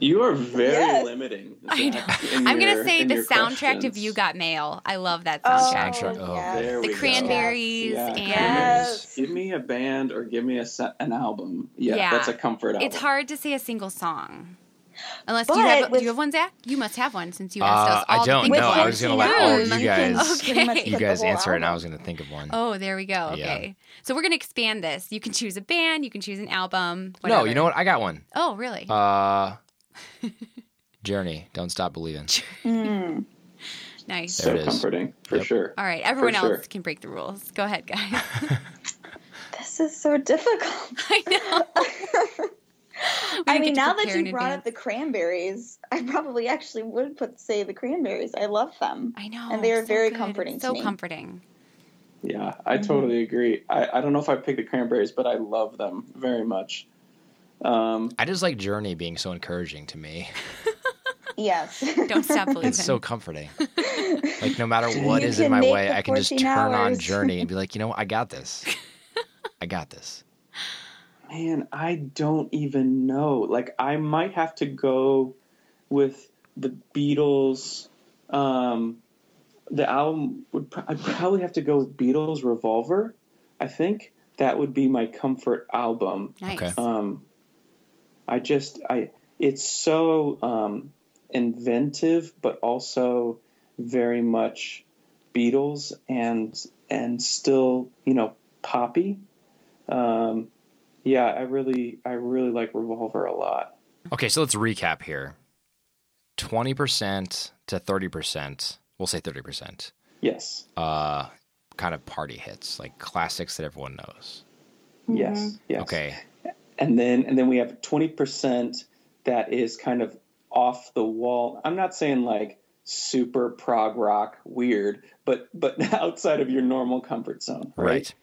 Speaker 3: You are very
Speaker 4: Yes.
Speaker 3: limiting.
Speaker 1: I know.
Speaker 3: Zach, in
Speaker 1: I'm gonna
Speaker 3: your-
Speaker 1: say
Speaker 3: in
Speaker 1: the
Speaker 3: your
Speaker 1: soundtrack
Speaker 3: questions.
Speaker 1: to You Got Mail. I love that
Speaker 4: Oh,
Speaker 1: soundtrack.
Speaker 2: Soundtrack. Oh,
Speaker 4: yes.
Speaker 3: There we
Speaker 1: the
Speaker 3: go.
Speaker 1: Cranberries
Speaker 3: Yeah,
Speaker 1: and
Speaker 4: Yes.
Speaker 3: Give me a band or give me a se- an album. Yeah,
Speaker 1: Yeah.
Speaker 3: that's a comfort album.
Speaker 1: it's hard to say a single song. Unless you
Speaker 4: But
Speaker 1: have,
Speaker 4: with-
Speaker 1: do you have one, Zach? You must have one since you asked
Speaker 2: Uh,
Speaker 1: us all
Speaker 2: I
Speaker 1: the
Speaker 2: don't
Speaker 1: things
Speaker 2: know.
Speaker 1: we
Speaker 2: I was
Speaker 1: have.
Speaker 2: gonna let all of
Speaker 4: Empty
Speaker 2: you
Speaker 4: Mountain,
Speaker 2: guys-
Speaker 4: you can pretty much
Speaker 1: Okay.
Speaker 2: You
Speaker 4: put the
Speaker 2: guys
Speaker 4: whole
Speaker 2: answer, it, and I
Speaker 4: album.
Speaker 2: was going to think of one.
Speaker 1: Oh, there we go.
Speaker 2: Yeah.
Speaker 1: Okay, so we're gonna expand this. You can choose a band. You can choose an album. Whatever.
Speaker 2: no, you know what? I got one.
Speaker 1: Oh, really?
Speaker 2: Uh, Journey, don't stop believing.
Speaker 4: Mm.
Speaker 1: nice.
Speaker 2: There
Speaker 3: so
Speaker 2: it is.
Speaker 3: comforting for
Speaker 2: Yep.
Speaker 3: sure.
Speaker 1: All right, everyone
Speaker 3: sure.
Speaker 1: else can break the rules. Go ahead, guys.
Speaker 4: Hmm. This is so difficult.
Speaker 1: I know. We
Speaker 4: I
Speaker 1: didn't
Speaker 4: mean,
Speaker 1: get to
Speaker 4: now that
Speaker 1: prepare
Speaker 4: you
Speaker 1: in
Speaker 4: brought up
Speaker 1: advance.
Speaker 4: the cranberries, I probably actually would put say the cranberries. I love them.
Speaker 1: I know,
Speaker 4: and they are
Speaker 1: so
Speaker 4: very
Speaker 1: good.
Speaker 4: comforting
Speaker 1: So
Speaker 4: to me.
Speaker 1: comforting.
Speaker 3: Yeah, I
Speaker 1: Mm-hmm.
Speaker 3: totally agree. I, I don't know if I picked the cranberries, but I love them very much. Um,
Speaker 2: I just like Journey being so encouraging to me.
Speaker 4: Yes.
Speaker 1: Don't stop believing.
Speaker 2: It's so comforting. Like no matter what
Speaker 4: You
Speaker 2: is in
Speaker 4: can
Speaker 2: my
Speaker 4: make
Speaker 2: way,
Speaker 4: the
Speaker 2: I can just
Speaker 4: 14
Speaker 2: turn on
Speaker 4: hours.
Speaker 2: Journey and be like, you know, what? I got this. I got this.
Speaker 3: Man, I don't even know. Like, I might have to go with the Beatles. Um, the album would pro- I'd probably have to go with Beatles Revolver. I think that would be my comfort album.
Speaker 1: nice.
Speaker 2: Okay.
Speaker 3: Um, I just I it's so um, inventive, but also very much Beatles and and still you know poppy. Um, yeah, I really I really like Revolver a lot.
Speaker 2: Okay, so let's recap here. Twenty percent to thirty percent. We'll say thirty percent.
Speaker 3: Yes,
Speaker 2: Uh, kind of party hits, like classics that everyone knows.
Speaker 3: yes, yes.
Speaker 2: Okay,
Speaker 3: and then and then we have 20% that is kind of off the wall i'm not saying like super prog rock weird but but outside of your normal comfort zone right,
Speaker 2: Right.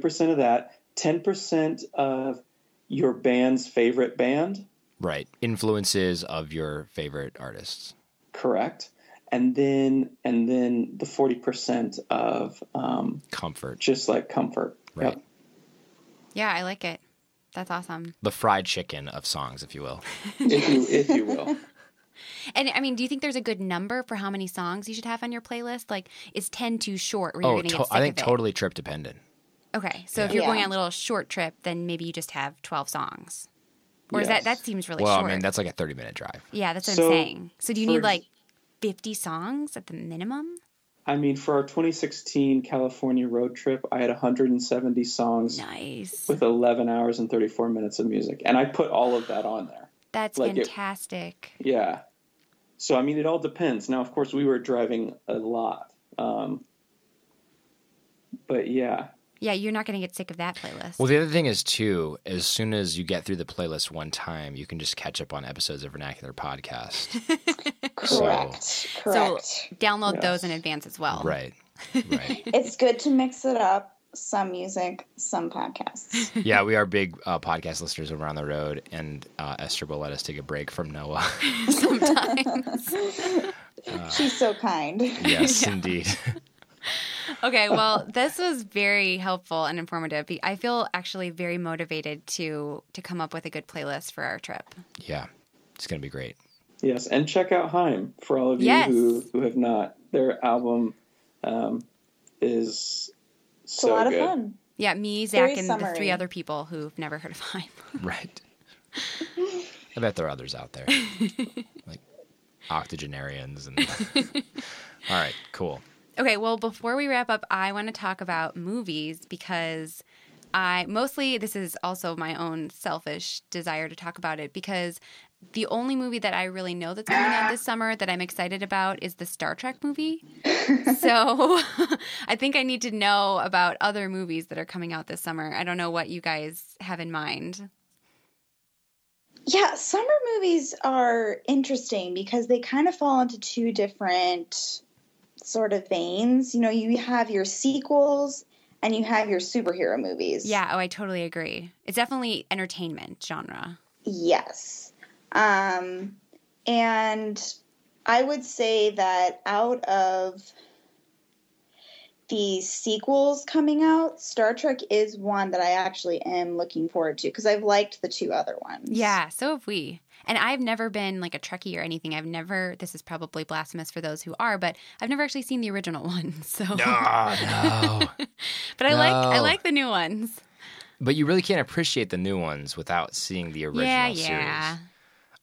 Speaker 3: 20% of that 10% of your band's favorite band
Speaker 2: right. Influences of your favorite artists.
Speaker 3: correct and then and then the 40% of um,
Speaker 2: Comfort.
Speaker 3: just like comfort
Speaker 2: Right.
Speaker 3: Yep.
Speaker 1: Yeah, I like it. That's awesome.
Speaker 2: The fried chicken of songs, if you will.
Speaker 3: if you if you will
Speaker 1: And I mean, do you think there's a good number for how many songs you should have on your playlist? Like, is 10 too short where you're
Speaker 2: oh,
Speaker 1: going to
Speaker 2: to-
Speaker 1: get sick
Speaker 2: I think
Speaker 1: of it?
Speaker 2: totally trip dependent.
Speaker 1: Okay, so if you're
Speaker 4: Yeah.
Speaker 1: going on a little short trip, then maybe you just have 12 songs. Or is that,
Speaker 3: Yes.
Speaker 1: that seems really
Speaker 2: well,
Speaker 1: short.
Speaker 2: I mean, that's like a 30 minute drive.
Speaker 1: yeah, that's what
Speaker 3: So,
Speaker 1: I'm saying. So do you
Speaker 3: for
Speaker 1: need
Speaker 3: ex-
Speaker 1: like 50 songs at the minimum?
Speaker 3: i mean for our 2016 california road trip i had 170 songs
Speaker 1: Nice.
Speaker 3: with 11 hours and 34 minutes of music and i put all of that on there
Speaker 1: That's
Speaker 3: Like it-
Speaker 1: fantastic.
Speaker 3: Yeah. So I mean, it all depends. Now, of course, we were driving a lot, um, but yeah,
Speaker 1: yeah, you're not going to get sick of that playlist.
Speaker 2: Well, the other thing is too, as soon as you get through the playlist one time, you can just catch up on episodes of Vernacular Podcast.
Speaker 4: Correct. Correct.
Speaker 1: Download
Speaker 3: Yeah.
Speaker 1: those in advance as well.
Speaker 2: Right. Right.
Speaker 4: it's good to mix it up. Some music, some podcasts.
Speaker 2: yeah, we are big uh, podcast listeners over on the road, and uh, Esther will let us take a break from Noah.
Speaker 1: Sometimes.
Speaker 2: Ah.
Speaker 4: She's so kind.
Speaker 2: yes,
Speaker 1: Yeah.
Speaker 2: indeed.
Speaker 1: okay, well, this was very helpful and informative. Be- I feel actually very motivated to to come up with a good playlist for our trip.
Speaker 2: yeah, it's gonna be great.
Speaker 3: yes. And check out Heim for all of you
Speaker 1: Yes.
Speaker 3: who, who have not. Their album um, is
Speaker 4: It's
Speaker 3: so
Speaker 4: a lot
Speaker 3: good.
Speaker 4: of fun.
Speaker 1: Yeah, me, Zach,
Speaker 4: Very
Speaker 1: and the
Speaker 4: summery.
Speaker 1: three other people who've never heard of Heim.
Speaker 2: Right. I bet there are others out there, like octogenarians and. All right, cool.
Speaker 1: Okay, well, before we wrap up, I want to talk about movies because I mostly this is also my own selfish desire to talk about it because the only movie that I really know that's coming out this summer that I'm excited about is the Star Trek movie. so I think I need to know about other movies that are coming out this summer. I don't know what you guys have in mind.
Speaker 4: Yeah, summer movies are interesting because they kind of fall into two different sort of veins. You know, you have your sequels and you have your superhero movies.
Speaker 1: Yeah, oh, I totally agree. It's definitely entertainment genre.
Speaker 4: Yes. Um, and I would say that out of the sequels coming out, Star Trek is one that I actually am looking forward to because I've liked the two other ones.
Speaker 1: Yeah, so have we. And I've never been like a Trekkie or anything. I've never, this is probably blasphemous for those who are, but I've never actually seen the original one. So,
Speaker 4: Ah,
Speaker 2: No, no.
Speaker 1: but I like, I
Speaker 2: no.
Speaker 1: like the new ones.
Speaker 2: But you really can't appreciate the new ones without seeing the original
Speaker 1: yeah,
Speaker 2: series.
Speaker 1: yeah.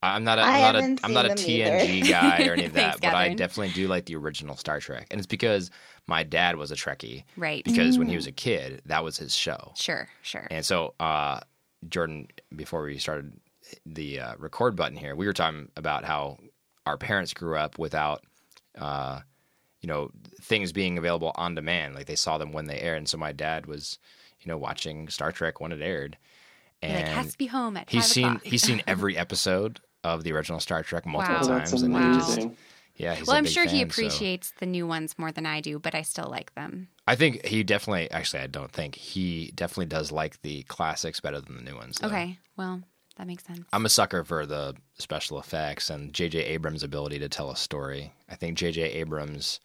Speaker 2: I- I'm not a
Speaker 4: I
Speaker 2: I'm not a
Speaker 4: haven't
Speaker 2: I'm not a
Speaker 4: seen them
Speaker 2: TNG guy or any of that,
Speaker 1: Thanks,
Speaker 2: but I
Speaker 1: Catherine.
Speaker 2: definitely do like the original Star Trek, and it's because my dad was a Trekkie.
Speaker 1: Right.
Speaker 2: Because when he was a kid, that was his show,
Speaker 1: Sure, sure.
Speaker 2: and so uh, Jordan, before we started the uh, record button here, we were talking about how our parents grew up without. Uh, you know things being available on demand like they saw them when they aired and so my dad was you know watching star trek when it aired
Speaker 1: You're like, has to be home at
Speaker 2: He's
Speaker 1: five
Speaker 2: seen
Speaker 1: o'clock.
Speaker 2: he's seen every episode of the original Star Trek multiple
Speaker 1: Wow.
Speaker 3: Oh,
Speaker 2: times,
Speaker 3: that's
Speaker 2: and
Speaker 1: Wow.
Speaker 2: he just
Speaker 3: amazing.
Speaker 2: yeah. He's
Speaker 1: well,
Speaker 2: a
Speaker 1: I'm
Speaker 2: big
Speaker 1: sure he
Speaker 2: fan, so-
Speaker 1: appreciates the new ones more than I do, but I still like them.
Speaker 2: I think he definitely. Actually, I don't think he definitely does like the classics better than the new ones. though.
Speaker 1: Okay. Well, that makes sense.
Speaker 2: I'm a sucker for the special effects and J.J. Abrams' ability to tell a story. I think J.J. Abrams'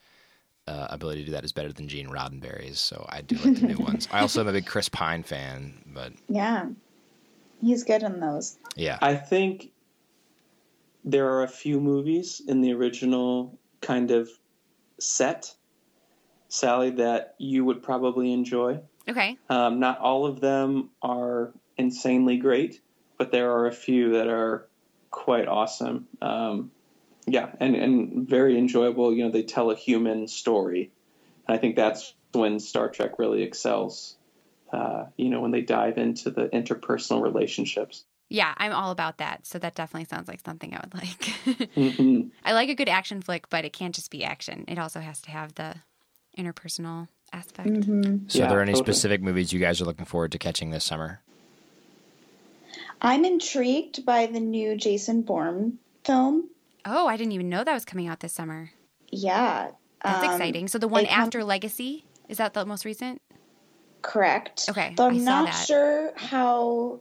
Speaker 2: uh, ability to do that is better than Gene Roddenberry's. So I do like the new ones. I also am a big Chris Pine fan, but
Speaker 4: Yeah. He's good in those.
Speaker 2: yeah,
Speaker 3: I think there are a few movies in the original kind of set, Sally, that you would probably enjoy.
Speaker 1: okay.
Speaker 3: Um, not all of them are insanely great, but there are a few that are quite awesome. Um, yeah, and, and very enjoyable. You know, they tell a human story. And I think that's when Star Trek really excels, uh, you know, when they dive into the interpersonal relationships.
Speaker 1: Yeah, I'm all about that. So that definitely sounds like something I would like.
Speaker 3: Mhm.
Speaker 1: I like a good action flick, but it can't just be action. It also has to have the interpersonal aspect.
Speaker 4: Mm-hmm.
Speaker 2: So,
Speaker 3: Yeah,
Speaker 2: are there any
Speaker 3: totally.
Speaker 2: specific movies you guys are looking forward to catching this summer?
Speaker 4: I'm intrigued by the new Jason Bourne film.
Speaker 1: Oh, I didn't even know that was coming out this summer.
Speaker 4: Yeah.
Speaker 1: That's
Speaker 4: um,
Speaker 1: exciting. So the one
Speaker 4: it com-
Speaker 1: after Legacy is that the most recent?
Speaker 4: Correct.
Speaker 1: Okay,
Speaker 4: Though
Speaker 1: I
Speaker 4: I'm
Speaker 1: saw
Speaker 4: not
Speaker 1: that.
Speaker 4: sure how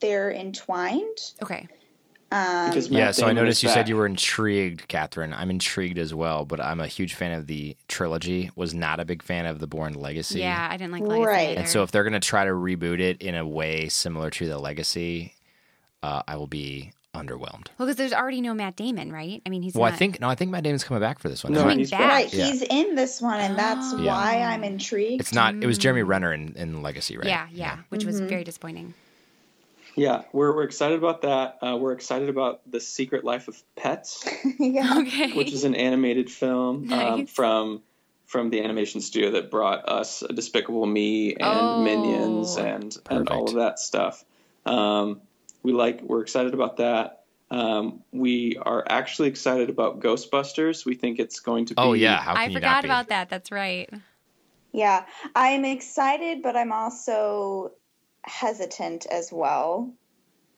Speaker 4: they're entwined.
Speaker 1: Okay.
Speaker 4: Um,
Speaker 3: Because
Speaker 2: yeah,
Speaker 3: Matt
Speaker 2: so I
Speaker 3: Damon
Speaker 2: noticed
Speaker 3: is
Speaker 2: you
Speaker 3: back.
Speaker 2: said you were intrigued, Catherine. I'm intrigued as well, but I'm a huge fan of the trilogy. Was not a big fan of the Born Legacy.
Speaker 1: Yeah, I didn't like Legacy
Speaker 4: Right.
Speaker 1: either.
Speaker 2: And so if they're going to try to reboot it in a way similar to the Legacy, uh, I will be underwhelmed.
Speaker 1: well, because there's already no Matt Damon, right? I mean, he's
Speaker 2: well,
Speaker 1: not
Speaker 2: I think no, I think Matt Damon's coming back for this one.
Speaker 3: No,
Speaker 2: It's not-
Speaker 1: coming
Speaker 3: he's
Speaker 1: back.
Speaker 4: Right,
Speaker 2: Yeah.
Speaker 4: he's in this one, and that's
Speaker 1: Oh.
Speaker 2: Yeah.
Speaker 4: why I'm intrigued.
Speaker 2: it's not. It was Jeremy Renner in, in Legacy, right?
Speaker 1: Yeah, yeah, which was
Speaker 4: Mhm.
Speaker 1: very disappointing.
Speaker 3: Yeah, we're, we're excited about that. Uh, we're excited about The Secret Life of Pets,
Speaker 4: yeah.
Speaker 1: Okay.
Speaker 3: which is an animated film um,
Speaker 1: Nice.
Speaker 3: from from the animation studio that brought us Despicable Me and
Speaker 1: Oh.
Speaker 3: Minions and and all
Speaker 2: Perfect.
Speaker 3: of that stuff. Um, we like we're excited about that. Um, we are actually excited about Ghostbusters. We think it's going to be.
Speaker 2: Oh yeah, how can
Speaker 1: I
Speaker 2: you
Speaker 1: forgot
Speaker 2: not be?
Speaker 1: about that. That's right.
Speaker 4: Yeah, I'm excited, but I'm also hesitant as well.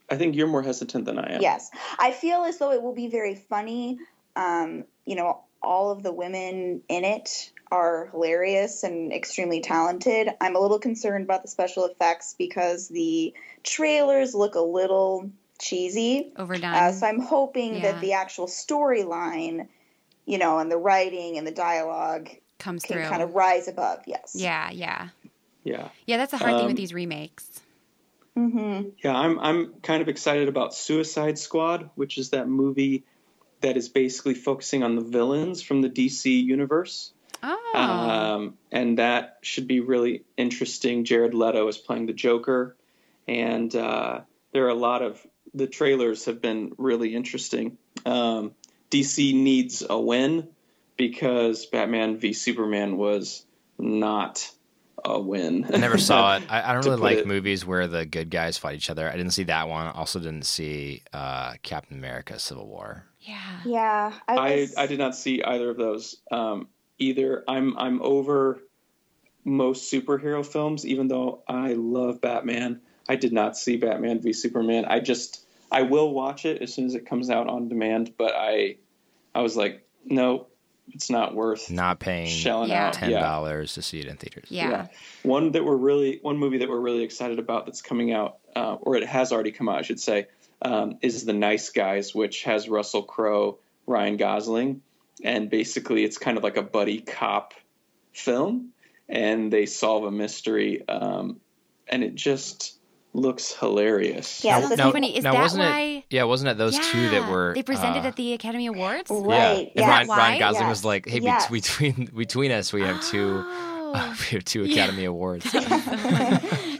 Speaker 3: I think you're more hesitant than I am.
Speaker 4: Yes, I feel as though it will be very funny. Um, you know, all of the women in it are hilarious and extremely talented. I'm a little concerned about the special effects because the trailers look a little cheesy.
Speaker 1: Overdone.
Speaker 4: Uh, so I'm hoping
Speaker 1: Um, Yeah.
Speaker 4: that the actual storyline, you know, and the writing and the dialogue
Speaker 1: comes
Speaker 4: can
Speaker 1: through.
Speaker 4: kind of rise above. Yes.
Speaker 1: Yeah, yeah.
Speaker 3: Yeah.
Speaker 1: Yeah, that's a hard thing
Speaker 3: Um,
Speaker 1: with these remakes.
Speaker 4: hmm
Speaker 3: Yeah, I'm I'm kind of excited about Suicide Squad, which is that movie that is basically focusing on the villains from the DC universe.
Speaker 1: Oh.
Speaker 3: Um, and that should be really interesting. Jared Leto is playing the Joker, and uh, there are a lot of the trailers have been really interesting. Um, DC needs a win because Batman v Superman was not a win.
Speaker 2: I never saw it. I, I don't
Speaker 3: To
Speaker 2: really
Speaker 3: put
Speaker 2: like
Speaker 3: it-
Speaker 2: movies where the good guys fight each other. I didn't see that one. Also, didn't see uh, Captain America: Civil War.
Speaker 1: yeah.
Speaker 4: Yeah.
Speaker 3: I,
Speaker 4: was-
Speaker 3: I did not see either of those um, either. I'm I'm over most superhero films, even though I love Batman. I did not see Batman v Superman. I just I will watch it as soon as it comes out on demand, but I I was like, no, it's not worth
Speaker 2: Not paying
Speaker 3: shelling
Speaker 1: Yeah.
Speaker 3: out.
Speaker 2: ten
Speaker 3: Yeah.
Speaker 2: dollars to see it in theaters.
Speaker 1: Yeah.
Speaker 3: One that we're really one movie that we're really excited about that's coming out, uh, or it has already come out, I should say, um, is The Nice Guys, which has Russell Crowe, Ryan Gosling, and basically it's kind of like a buddy cop film, and they solve a mystery, um, and it just looks hilarious.
Speaker 4: Yeah,
Speaker 1: Sounds
Speaker 4: so
Speaker 1: so
Speaker 2: now-
Speaker 1: funny. Is
Speaker 2: now,
Speaker 1: that
Speaker 2: wasn't it-
Speaker 1: why?
Speaker 2: Yeah, wasn't it those two that
Speaker 1: Yeah,
Speaker 2: were
Speaker 1: they presented
Speaker 2: uh, Oh,
Speaker 1: at the Academy Awards?
Speaker 4: Right.
Speaker 2: Yeah, and
Speaker 1: Is that
Speaker 2: Ryan,
Speaker 1: why?
Speaker 2: Ryan Gosling
Speaker 4: Yeah.
Speaker 2: was like, "Hey,
Speaker 4: Yes.
Speaker 2: between between us, we have two uh,
Speaker 1: Oh.
Speaker 2: we have two
Speaker 1: Yeah.
Speaker 2: Academy Awards."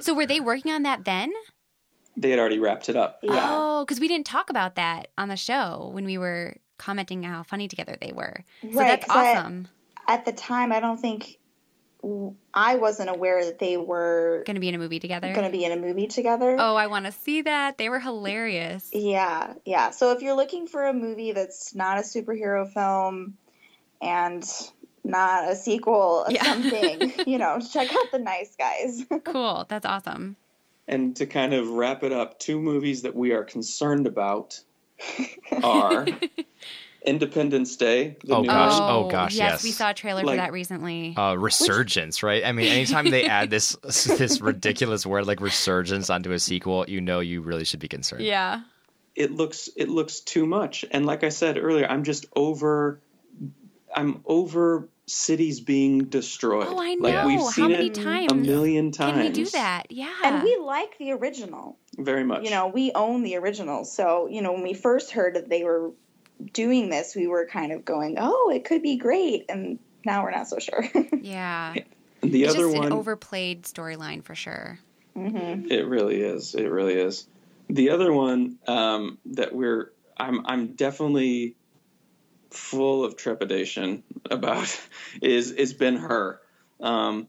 Speaker 1: so were they working on that then?
Speaker 3: They had already wrapped it up.
Speaker 4: Yeah.
Speaker 1: Oh, because we didn't talk about that on the show when we were commenting how funny together they were. So
Speaker 4: Right,
Speaker 1: that's
Speaker 4: 'cause I-
Speaker 1: awesome.
Speaker 4: at the time, I don't think I wasn't aware that they were
Speaker 1: Going to be in a movie together.
Speaker 4: going to be in a movie together.
Speaker 1: Oh, I want to see that. They were hilarious.
Speaker 4: Yeah, yeah. So if you're looking for a movie that's not a superhero film and not a sequel of
Speaker 1: Yeah.
Speaker 4: something, you know, check out The Nice Guys.
Speaker 1: Cool. That's awesome.
Speaker 3: And to kind of wrap it up, two movies that we are concerned about are Independence Day. the
Speaker 2: Oh,
Speaker 3: new
Speaker 2: gosh.
Speaker 3: one.
Speaker 2: Oh, gosh, yes.
Speaker 1: we saw a trailer for
Speaker 3: Like-
Speaker 1: that recently.
Speaker 2: Uh, resurgence, right? I mean, anytime they add this this ridiculous word like resurgence onto a sequel, you know you really should be concerned.
Speaker 1: yeah.
Speaker 3: it looks it looks too much and like i said earlier i'm just over i'm over cities being destroyed
Speaker 1: Oh, I know.
Speaker 3: like we've
Speaker 1: How
Speaker 3: seen
Speaker 1: many
Speaker 3: it
Speaker 1: times
Speaker 3: a million times
Speaker 1: can we do that? Yeah.
Speaker 4: And we like the original.
Speaker 3: very much
Speaker 4: You know, we own the original. So, you know, when we first heard that they were doing this, we were kind of going, oh, it could be great. And now we're not so sure.
Speaker 1: yeah.
Speaker 3: And the
Speaker 1: it's
Speaker 3: other
Speaker 1: just
Speaker 3: one
Speaker 1: an overplayed storyline for sure. Mm-hmm.
Speaker 4: hmm
Speaker 3: It really is. It really is. The other one um, that we're, I'm, I'm definitely full of trepidation about is is Ben Hur. Um,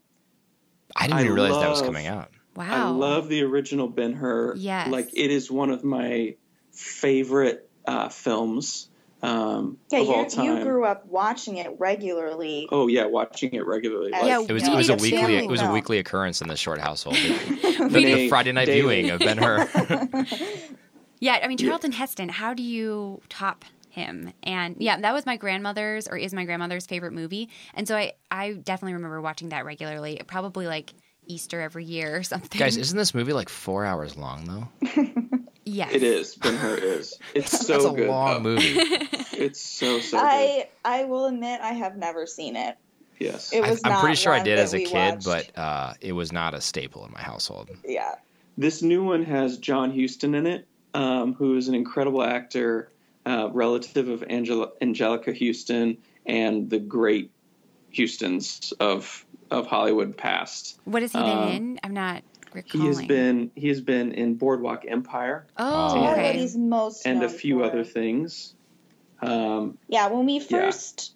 Speaker 2: I didn't
Speaker 3: I
Speaker 2: even realize that was
Speaker 3: love-
Speaker 2: coming out.
Speaker 1: Wow.
Speaker 3: I love the original Ben Hur.
Speaker 1: Yes.
Speaker 3: like it is one of my favorite uh, films um,
Speaker 4: Yeah,
Speaker 3: of all
Speaker 4: you,
Speaker 3: time.
Speaker 4: you grew up watching it regularly.
Speaker 3: oh yeah, watching it regularly.
Speaker 4: As-
Speaker 3: Like,
Speaker 1: Yeah,
Speaker 2: It was
Speaker 1: Yeah.
Speaker 2: it was a
Speaker 1: It's a
Speaker 2: weekly
Speaker 4: family
Speaker 2: it was a
Speaker 4: film.
Speaker 2: weekly occurrence in the short household. the,
Speaker 1: We
Speaker 2: the
Speaker 3: did-
Speaker 2: Friday night
Speaker 3: daily.
Speaker 2: viewing of Ben Hur.
Speaker 1: Yeah, I mean
Speaker 3: Yeah.
Speaker 1: Charlton Heston. How do you top him? And yeah, that was my grandmother's or is my grandmother's favorite movie. And so I I definitely remember watching that regularly. Probably like Easter every year or something.
Speaker 2: Guys, isn't this movie like four hours long though?
Speaker 1: yes,
Speaker 3: it is. Ben Hur is. It's so
Speaker 2: That's a
Speaker 3: good.
Speaker 2: long
Speaker 3: though.
Speaker 2: movie.
Speaker 3: It's so so good.
Speaker 4: I I will admit I have never seen it.
Speaker 3: Yes.
Speaker 4: It
Speaker 2: I,
Speaker 4: was
Speaker 2: I'm
Speaker 4: not
Speaker 2: pretty sure I
Speaker 4: one
Speaker 2: did
Speaker 4: that
Speaker 2: as a
Speaker 4: we
Speaker 2: kid,
Speaker 4: watched.
Speaker 2: but uh, it was not a staple in my household.
Speaker 4: Yeah.
Speaker 3: This new one has John Huston in it, um, who is an incredible actor, uh, relative of Angela, Angelica Houston and the great Houstons of of Hollywood past.
Speaker 1: What has he been
Speaker 3: Um,
Speaker 1: in? I'm not
Speaker 3: He
Speaker 1: recalling.
Speaker 3: has been he has been in Boardwalk Empire
Speaker 1: Oh,
Speaker 2: Oh.
Speaker 4: What
Speaker 1: okay.
Speaker 4: he's most
Speaker 3: and a
Speaker 4: known
Speaker 3: few
Speaker 4: for.
Speaker 3: other things. Um,
Speaker 4: Yeah, when we first,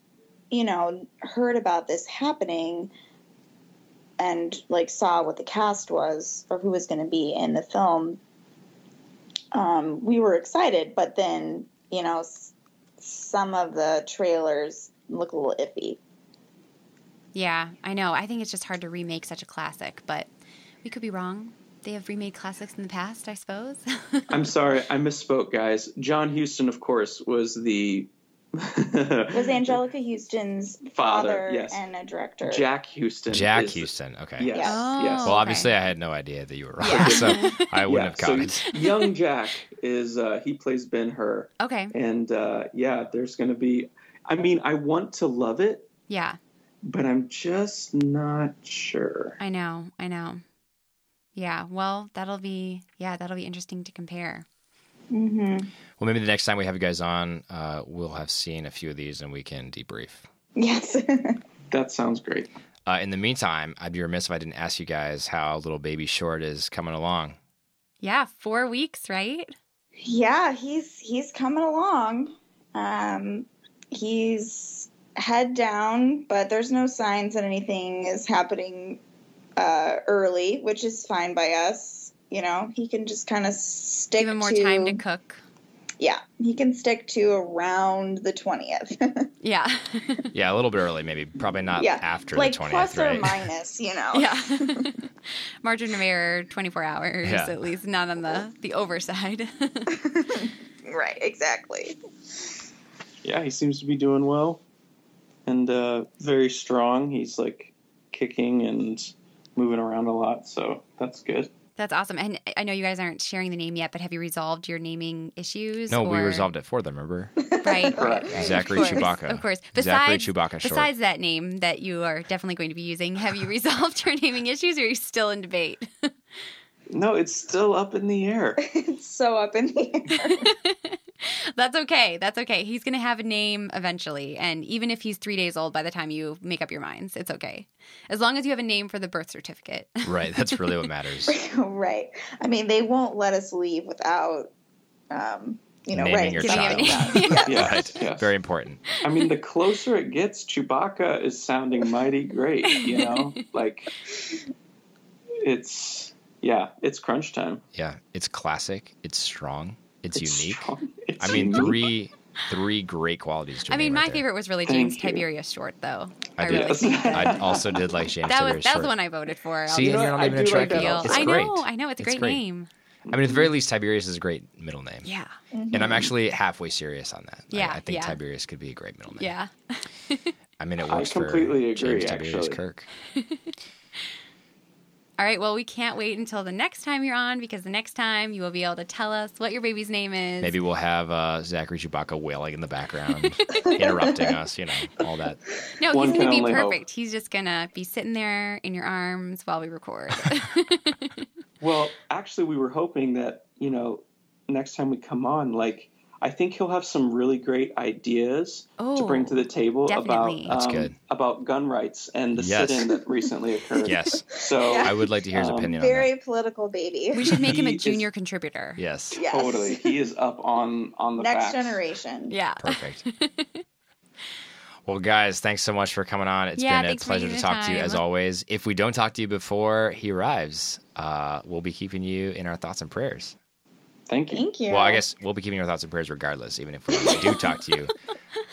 Speaker 4: you know, heard about this happening and like saw what the cast was or who was going to be in the film, um, we were excited, but then you know s- some of the trailers look a little iffy.
Speaker 1: Yeah, I know. I think it's just hard to remake such a classic, but we could be wrong. They have remade classics in the past, I suppose.
Speaker 3: I'm sorry, I misspoke, guys. John Houston, of course, was the
Speaker 4: Was Angelica Houston's
Speaker 3: Father,
Speaker 4: father,
Speaker 3: yes.
Speaker 4: and a director?
Speaker 3: Jack Houston.
Speaker 2: Jack
Speaker 3: is-
Speaker 2: Houston. Okay.
Speaker 3: Yes.
Speaker 1: Oh.
Speaker 3: Yes.
Speaker 2: Well,
Speaker 1: okay.
Speaker 2: obviously, I had no idea that you were wrong,
Speaker 4: Yeah.
Speaker 2: so I wouldn't have
Speaker 3: Yeah,
Speaker 2: commented.
Speaker 3: So young Jack is uh, he plays Ben Hur,
Speaker 1: okay.
Speaker 3: and uh, yeah, there's going to be. I mean, I want to love it,
Speaker 1: Yeah,
Speaker 3: but I'm just not sure.
Speaker 1: I know. I know. Yeah, well, that'll be yeah, that'll be interesting to compare.
Speaker 4: hmm
Speaker 2: well, maybe the next time we have you guys on, uh, we'll have seen a few of these and we can debrief.
Speaker 4: Yes.
Speaker 3: That sounds great.
Speaker 2: Uh, in the meantime, I'd be remiss if I didn't ask you guys how little baby short is coming along.
Speaker 1: Yeah, 4 weeks, right?
Speaker 4: yeah, he's he's coming along. Um, he's head down, but there's no signs that anything is happening uh, early, which is fine by us. You know, he can just kind of stick
Speaker 1: Give him more
Speaker 4: to,
Speaker 1: time to cook.
Speaker 4: Yeah, he can stick to around the twentieth.
Speaker 1: Yeah.
Speaker 2: Yeah, a little bit early, maybe. Probably not
Speaker 4: Yeah,
Speaker 2: after
Speaker 4: like
Speaker 2: the 20th,
Speaker 4: plus
Speaker 2: right?
Speaker 4: or minus, you know.
Speaker 1: yeah. Margin of error 24 hours
Speaker 2: Yeah.
Speaker 1: at least, not on the the overside.
Speaker 4: Right, exactly.
Speaker 3: Yeah, he seems to be doing well, and uh, very strong. He's like kicking and moving around a lot, so that's good.
Speaker 1: That's awesome. And I know you guys aren't sharing the name yet, but have you resolved your naming issues?
Speaker 2: no, we
Speaker 1: or-
Speaker 2: resolved it for them, remember?
Speaker 1: Right,
Speaker 3: Correct.
Speaker 1: right, right.
Speaker 2: Zachary
Speaker 1: of course,
Speaker 2: Chewbacca.
Speaker 1: Of course.
Speaker 2: Zachary
Speaker 1: Besides,
Speaker 2: Chewbacca short.
Speaker 1: besides that name that you are definitely going to be using, have you resolved your naming issues or are you still in debate?
Speaker 3: No, it's still up in the air.
Speaker 4: It's so up in the air.
Speaker 1: That's okay. That's okay. He's going to have a name eventually. And even if he's three days old by the time you make up your minds, it's okay. As long as you have a name for the birth certificate.
Speaker 2: right, that's really what matters.
Speaker 4: right. I mean, they won't let us leave without, um, you know,
Speaker 2: Naming
Speaker 4: writing
Speaker 2: your
Speaker 1: Giving him
Speaker 4: something
Speaker 1: a
Speaker 2: child.
Speaker 4: down.
Speaker 1: name.
Speaker 3: Yeah,
Speaker 2: Right.
Speaker 3: yes.
Speaker 2: Very important.
Speaker 3: I mean, the closer it gets, Chewbacca is sounding mighty great, you know? Like, it's, yeah, it's crunch time.
Speaker 2: Yeah, it's classic. It's strong. It's, unique.
Speaker 3: strong. It's
Speaker 2: I mean,
Speaker 3: unique.
Speaker 2: three three great qualities. To a
Speaker 1: I mean,
Speaker 2: name
Speaker 1: my
Speaker 2: right there.
Speaker 1: favorite was really
Speaker 3: Thank
Speaker 1: James
Speaker 3: you.
Speaker 1: Tiberius Short, though.
Speaker 2: I
Speaker 1: I,
Speaker 2: did.
Speaker 1: really
Speaker 3: Yes.
Speaker 1: think that.
Speaker 2: I also did like James.
Speaker 1: That was
Speaker 2: Tiberius
Speaker 1: that was
Speaker 2: Short.
Speaker 1: the one I voted for. I'll
Speaker 2: See,
Speaker 1: be
Speaker 2: and
Speaker 3: know
Speaker 2: you're
Speaker 1: honest
Speaker 3: what?
Speaker 2: not
Speaker 3: I
Speaker 2: even
Speaker 3: do like
Speaker 2: attracted.
Speaker 3: that
Speaker 1: with
Speaker 3: also.
Speaker 1: you.
Speaker 2: It's
Speaker 1: I
Speaker 2: great.
Speaker 1: know, I know, it's a great,
Speaker 2: great.
Speaker 1: name.
Speaker 2: I mean, at the very least, Tiberius is a great middle name.
Speaker 1: Yeah,
Speaker 4: Mm-hmm.
Speaker 2: And I'm actually halfway serious on that. I-
Speaker 1: Yeah,
Speaker 2: I, think
Speaker 1: yeah.
Speaker 2: Tiberius could be a great middle name.
Speaker 1: yeah.
Speaker 2: I mean, it
Speaker 3: I
Speaker 2: works
Speaker 3: completely
Speaker 2: for
Speaker 3: agree,
Speaker 2: James Tiberius
Speaker 3: actually.
Speaker 2: Kirk.
Speaker 1: All right. Well, we can't wait until the next time you're on because the next time you will be able to tell us what your baby's name is.
Speaker 2: Maybe we'll have uh, Zachary Chewbacca wailing in the background, interrupting us. You know, all that.
Speaker 1: No,
Speaker 3: One
Speaker 1: he's going to
Speaker 3: can
Speaker 1: be
Speaker 3: only hope.
Speaker 1: perfect. He's just going to be sitting there in your arms while we record.
Speaker 3: Well, actually, we were hoping that, you know, next time we come on, like, I think he'll have some really great ideas to
Speaker 1: Oh,
Speaker 3: bring to the table
Speaker 1: definitely.
Speaker 3: about
Speaker 1: That's
Speaker 3: um,
Speaker 2: good.
Speaker 3: about gun rights and the
Speaker 2: Yes.
Speaker 3: sit-in that recently occurred.
Speaker 2: Yes,
Speaker 3: So
Speaker 4: Yeah.
Speaker 2: I would like to hear his
Speaker 1: Oh,
Speaker 3: Um,
Speaker 2: opinion on that.
Speaker 4: Very political baby.
Speaker 1: we should make him a
Speaker 3: He is-
Speaker 1: junior contributor.
Speaker 2: Yes,
Speaker 4: yes.
Speaker 3: totally, he is up on on the
Speaker 4: Next
Speaker 3: facts.
Speaker 4: generation.
Speaker 1: Yeah.
Speaker 2: perfect. Well, guys, thanks so much for coming on. It's
Speaker 1: Yeah,
Speaker 2: been a
Speaker 1: thanks for
Speaker 2: pleasure
Speaker 1: making
Speaker 2: to
Speaker 1: the
Speaker 2: talk to you
Speaker 1: time.
Speaker 2: as always. If we don't talk to you before he arrives, uh, we'll be keeping you in our thoughts and prayers.
Speaker 3: Thank you.
Speaker 4: Thank you.
Speaker 2: Well, I guess we'll be keeping your thoughts and prayers regardless, even if we do talk to you.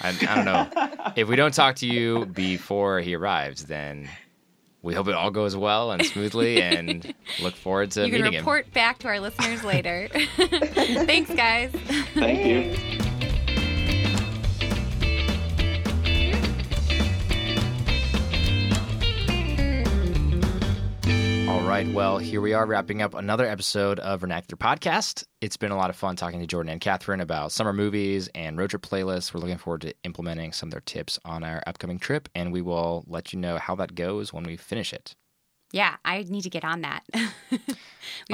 Speaker 2: I, I don't know. If we don't talk to you before he arrives, then we hope it all goes well and smoothly and look forward to
Speaker 1: you can
Speaker 2: meeting
Speaker 1: report back to our listeners later. Thanks, guys.
Speaker 3: Thank you.
Speaker 2: him. All right. Well, here we are wrapping up another episode of Vernacular Podcast. It's been a lot of fun talking to Jordan and Catherine about summer movies and road trip playlists. We're looking forward to implementing some of their tips on our upcoming trip, and we will let you know how that goes when we finish it.
Speaker 1: Yeah, I need to get on that. we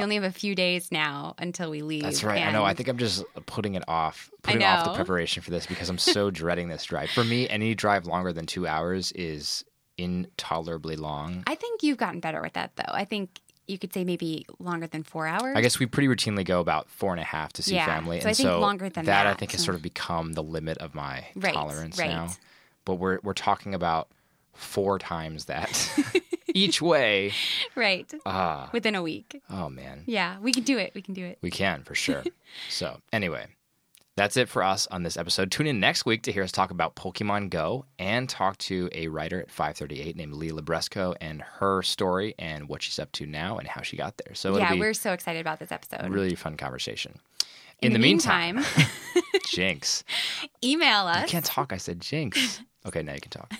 Speaker 1: only have a few days now until we leave.
Speaker 2: That's right. I know. I
Speaker 1: and-
Speaker 2: think I'm just putting it off,
Speaker 1: I
Speaker 2: putting off the
Speaker 1: know.
Speaker 2: preparation for this because I'm so dreading this drive. For me, any drive longer than two hours is intolerably long.
Speaker 1: I think you've gotten better with that, though. I think you could say maybe longer than four hours.
Speaker 2: I guess we pretty routinely go about four and a half to see
Speaker 1: Yeah.
Speaker 2: family,
Speaker 1: So I
Speaker 2: and
Speaker 1: think
Speaker 2: so
Speaker 1: longer than
Speaker 2: I
Speaker 1: that.
Speaker 2: think has sort of become the limit of my
Speaker 1: Right,
Speaker 2: tolerance
Speaker 1: right.
Speaker 2: now. But we're we're talking about four times that. each way.
Speaker 1: right.
Speaker 2: Ah,
Speaker 1: Within a week.
Speaker 2: oh man,
Speaker 1: Yeah, we can do it. We can do it.
Speaker 2: we can for sure. so anyway, that's it for us on this episode. Tune in next week to hear us talk about Pokemon Go and talk to a writer at 538 named Lee Labresco and her story and what she's up to now and how she got there. So
Speaker 1: yeah,
Speaker 2: it'll be
Speaker 1: we're so excited about this episode.
Speaker 2: a really fun conversation.
Speaker 1: In the meantime-
Speaker 2: Jinx.
Speaker 1: Email
Speaker 2: I
Speaker 1: us.
Speaker 2: can't talk. I said jinx. Okay, now you can talk.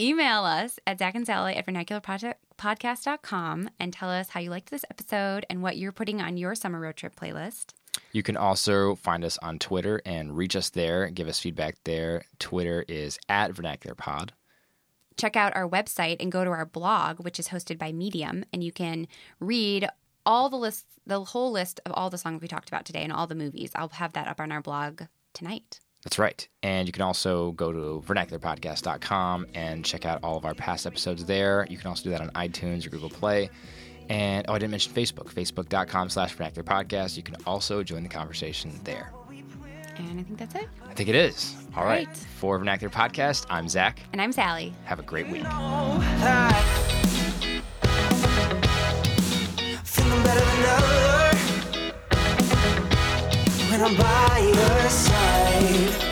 Speaker 1: Email us at Zach and Sally at vernacularpodcast.com and tell us how you liked this episode and what you're putting on your summer road trip playlist.
Speaker 2: You can also find us on Twitter and reach us there. Give us feedback there. Twitter is at Vernacular Pod.
Speaker 1: check out our website and go to our blog, which is hosted by Medium, and you can read all the lists, the whole list of all the songs we talked about today and all the movies. I'll have that up on our blog tonight.
Speaker 2: That's right. And you can also go to vernacularpodcast.com and check out all of our past episodes there. You can also do that on iTunes or Google Play. And oh, I didn't mention Facebook, facebook.com slash vernacular podcast. You can also join the conversation there.
Speaker 1: And I think that's it.
Speaker 2: I think it is. All right.
Speaker 1: Right.
Speaker 2: For Vernacular Podcast, I'm Zach.
Speaker 1: And I'm Sally.
Speaker 2: Have a great week.
Speaker 5: Feeling better than ever when I'm by your side.